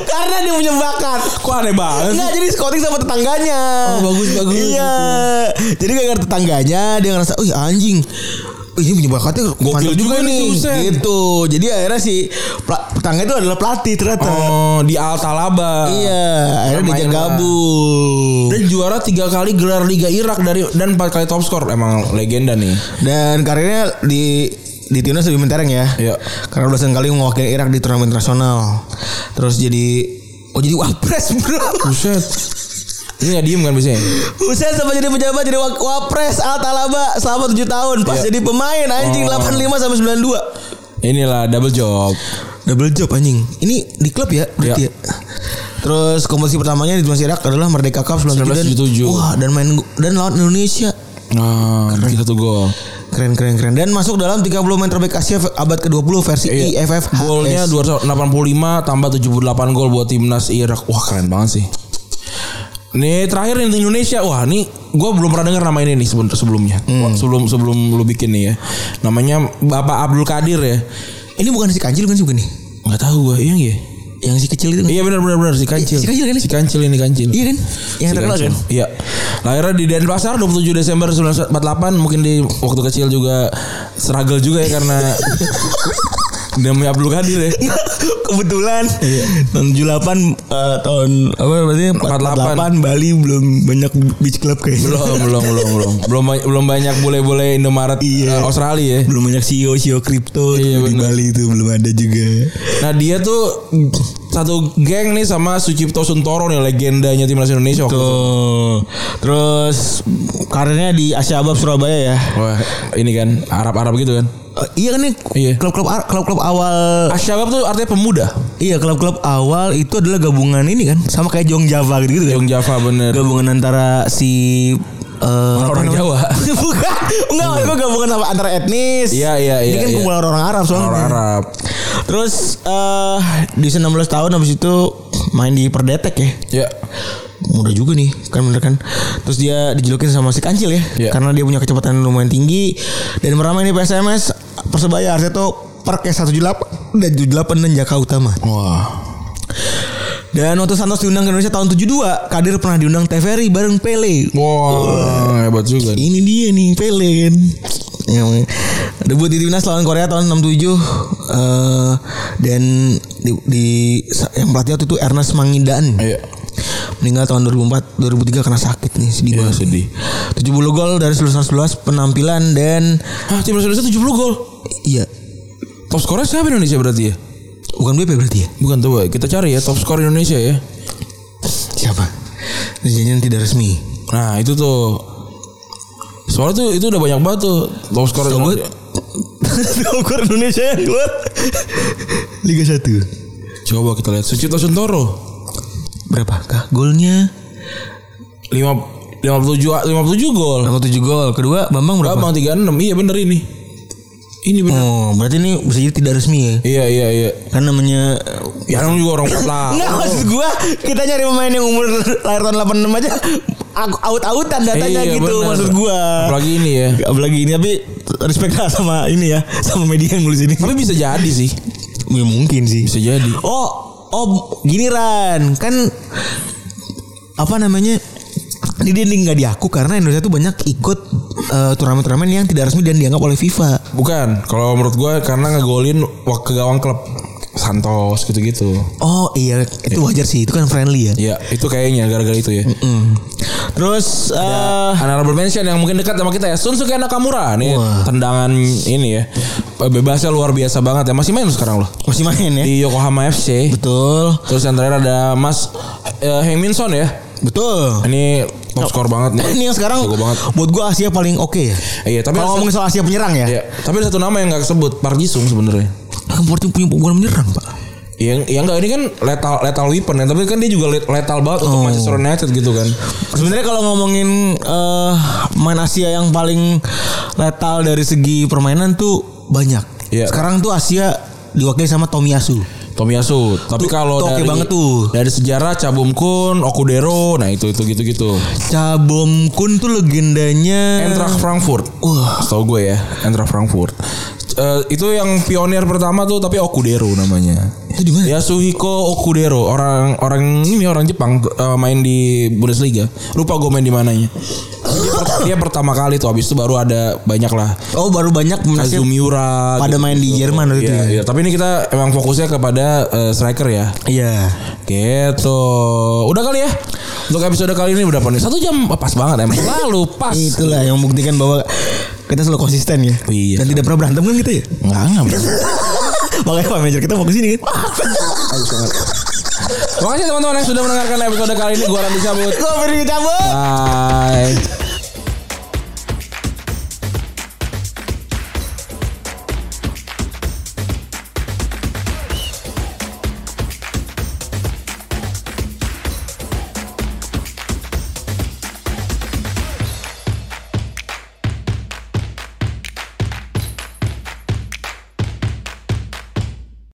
Karena dia punya bakat Kok aneh banget sih? Enggak jadi scouting sama tetangganya Oh, bagus, bagus. Iya Jadi gara tetangganya Dia ngerasa Wih anjing Ih, ini punya bakatnya Gokil mantap juga nih, Susen. Gitu Jadi akhirnya si pla- Tetangga itu adalah pelatih ternyata Oh, di Al Talaba. Iya, akhirnya Main diajak lah. gabung. Dan juara tiga kali gelar Liga Irak dari dan empat kali top skor emang legenda nih. Dan karirnya di di timnas lebih mentereng ya. Iya. Karena belasan kali mewakili Irak di turnamen internasional. Terus jadi oh jadi wapres bro. Buset. Ini nggak diem kan biasanya. Hussein sampai jadi pejabat jadi wak- wapres Al Talaba selama 7 tahun. Pas Iya. jadi pemain anjing Oh. 85 sampai 92. Inilah double job. Double job anjing. Ini di klub ya berarti Iya. ya. Terus kompetisi pertamanya di timnas Irak adalah Merdeka Cup 1977. 1977. Wah, dan main dan lawan Indonesia. Nah, kita tuh gol. Keren keren keren dan masuk dalam 30 main terbaik Asia abad ke-20 versi Iya. IFF Golnya 285 tambah 78 gol buat timnas Irak. Wah keren banget sih. Nih terakhir nih di Indonesia. Wah nih gue belum pernah dengar nama ini nih sebelum sebelumnya. Wah, Sebelum sebelum lu bikin nih ya. Namanya Bapak Abdul Kadir ya. Ini bukan si Kancil bukan sih bukan nih. Nggak tahu gue. Iya nggak ya? Yang si kecil itu. Iya benar benar benar si kancil. Si kancil kan? Si kancil ini kancil. Iya kan? Yang Si terkenal Kancil. kan? Iya. Lahirnya di Denpasar 27 Desember 1948 mungkin di waktu kecil juga struggle juga ya karena namanya Abdul Kadir ya. Iya. Kebetulan tahun 78 eh, tahun apa berarti 48. 48 Bali belum banyak beach club kayaknya. belum belum belum belum belum ba- belum banyak bule-bule Indomaret Iya. eh, Australia ya. Belum banyak E CEO CEO kripto Iya, di bener. Bali itu belum ada juga. Nah dia tuh satu geng nih sama Sucipto Suntoro nih legendanya timnas Indonesia waktu itu. Tuh. eh, Terus karirnya di Asia Abab Surabaya ya. Wah ini kan Arab-Arab gitu kan. iya kan nih Iya. klub-klub ar- klub-klub awal Asyabab tuh artinya pemuda. Iya klub-klub awal itu adalah gabungan ini kan sama kayak Jong Java gitu, kan. Jong Java bener. Gabungan antara si eh, Orang apa namanya? Jawa. Bukan. Enggak, itu gabungan apa antara etnis. Iya, iya, Ini iya, kan iya. kumpulan orang Arab soalnya. Orang Arab. Terus eh di usia 16 tahun habis itu main di Perdetek ya. Ya. Muda juga nih, kan bener kan. Terus dia dijulukin sama si Kancil ya, Iya. karena dia punya kecepatan lumayan tinggi dan pernah main di PSMS Persebaya Arteto Perkes 178 dan 78 dan Jaka Utama. Wah. Dan waktu Santos diundang ke Indonesia tahun 72, Kadir pernah diundang TVRI bareng Pele. Wah, hebat juga. nih. Ini dia nih Pele kan. Ya, Yang debut di timnas lawan Korea tahun 67 eh dan di, di- yang pelatih waktu itu Ernest Mangindaan. Iya. meninggal tahun 2004 2003 karena sakit nih sedih banget sedih. 70 gol dari 1111 penampilan dan Hah, timnas Ah, Indonesia 70 gol. iya Top skornya siapa Indonesia berarti ya? bukan BP berarti ya Bukan tuh, kita cari ya top skor Indonesia ya. siapa perjanjian tidak resmi Nah, itu tuh. Soalnya tuh itu udah banyak banget tuh top skor Setahu gue- Indonesia. Gol Indonesia yang keluar Liga 1 Coba kita lihat Sucipto Suntoro. Berapakah golnya 5 57 57 gol. Nomor 7 Oh, gol Kedua Bambang berapa? Bambang 36. Iya bener ini. Ini bener. Oh berarti ini bisa jadi tidak resmi ya Iya iya iya. Kan namanya Ya namanya juga orang kota. Enggak maksud gua Kita nyari pemain yang umur lahir tahun 86 aja aku- Out-outan datanya Iya, gitu bener. maksud gua Apalagi ini ya. Apalagi ini tapi respect lah sama ini ya Sama media yang nulis ini Tapi bisa jadi sih. Ya mungkin sih Bisa jadi. Oh, oh gini Ran, kan apa namanya? Ini dia nggak diaku karena Indonesia tuh banyak ikut eh, turnamen-turnamen yang tidak resmi dan dianggap oleh FIFA. Bukan, kalau menurut gua karena ngegolin wak ke gawang klub Santos gitu-gitu. Oh iya, itu wajar sih, itu kan friendly ya. Ya, itu kayaknya gara-gara itu ya. Mm. Terus eh Honorable mention yang mungkin dekat sama kita ya Sunsuke Nakamura nih Wah. tendangan ini ya bebasnya luar biasa banget ya masih main sekarang loh masih main ya? di Yokohama FC Betul, terus yang terakhir ada Mas eh, Hengminson ya betul. ini top skor banget nih Ini yang sekarang Jago banget. buat gua Asia paling oke ya. Eh, iya tapi ada, Kalau ngomongin soal Asia penyerang ya, ya, tapi ada satu nama yang nggak kesebut Park Ji Sung sebenarnya kan Porting punya bukan menyerang pak. yang yang enggak ini kan letal letal weapon ya tapi kan dia juga let- letal banget untuk Oh. Manchester United gitu kan Sebenarnya kalau ngomongin eh main Asia yang paling letal dari segi permainan tuh banyak. Iya. Sekarang tuh Asia diwakili sama Tomiyasu. Tomiyasu tapi Tuh- kalau tuh oke dari banget tuh. dari sejarah Cabum Kun Okudero nah itu itu gitu gitu Hmm. Cabom Kun tuh legendanya Eintracht Frankfurt. Wah. Setahu gue ya, Eintracht Frankfurt. Eh, itu yang pionir pertama tuh tapi Okudero namanya. Itu di mana? Yasuhiko Okudero, orang orang ini orang Jepang eh, main di Bundesliga. Lupa gue main di mananya. Dia, per- dia pertama kali tuh habis itu baru ada banyak lah Oh baru banyak Asia Kazumiura pada main di Jerman waktu itu Iya, ya. iya. tapi ini kita emang fokusnya kepada eh, striker ya. Iya. Gitu. Udah kali ya. Untuk episode kali ini berapa nih? Satu jam eh, pas banget emang. Lalu pas. Itulah yang membuktikan bahwa kita selalu konsisten ya. Iya. Dan tidak pernah berantem kan kita ya? Enggak, enggak. Bro. Makanya Pak Manager kita mau ke sini kan. Terima kasih teman-teman yang sudah mendengarkan episode kali ini. Gua Randy Sabut. Gua beri cabut. Bye.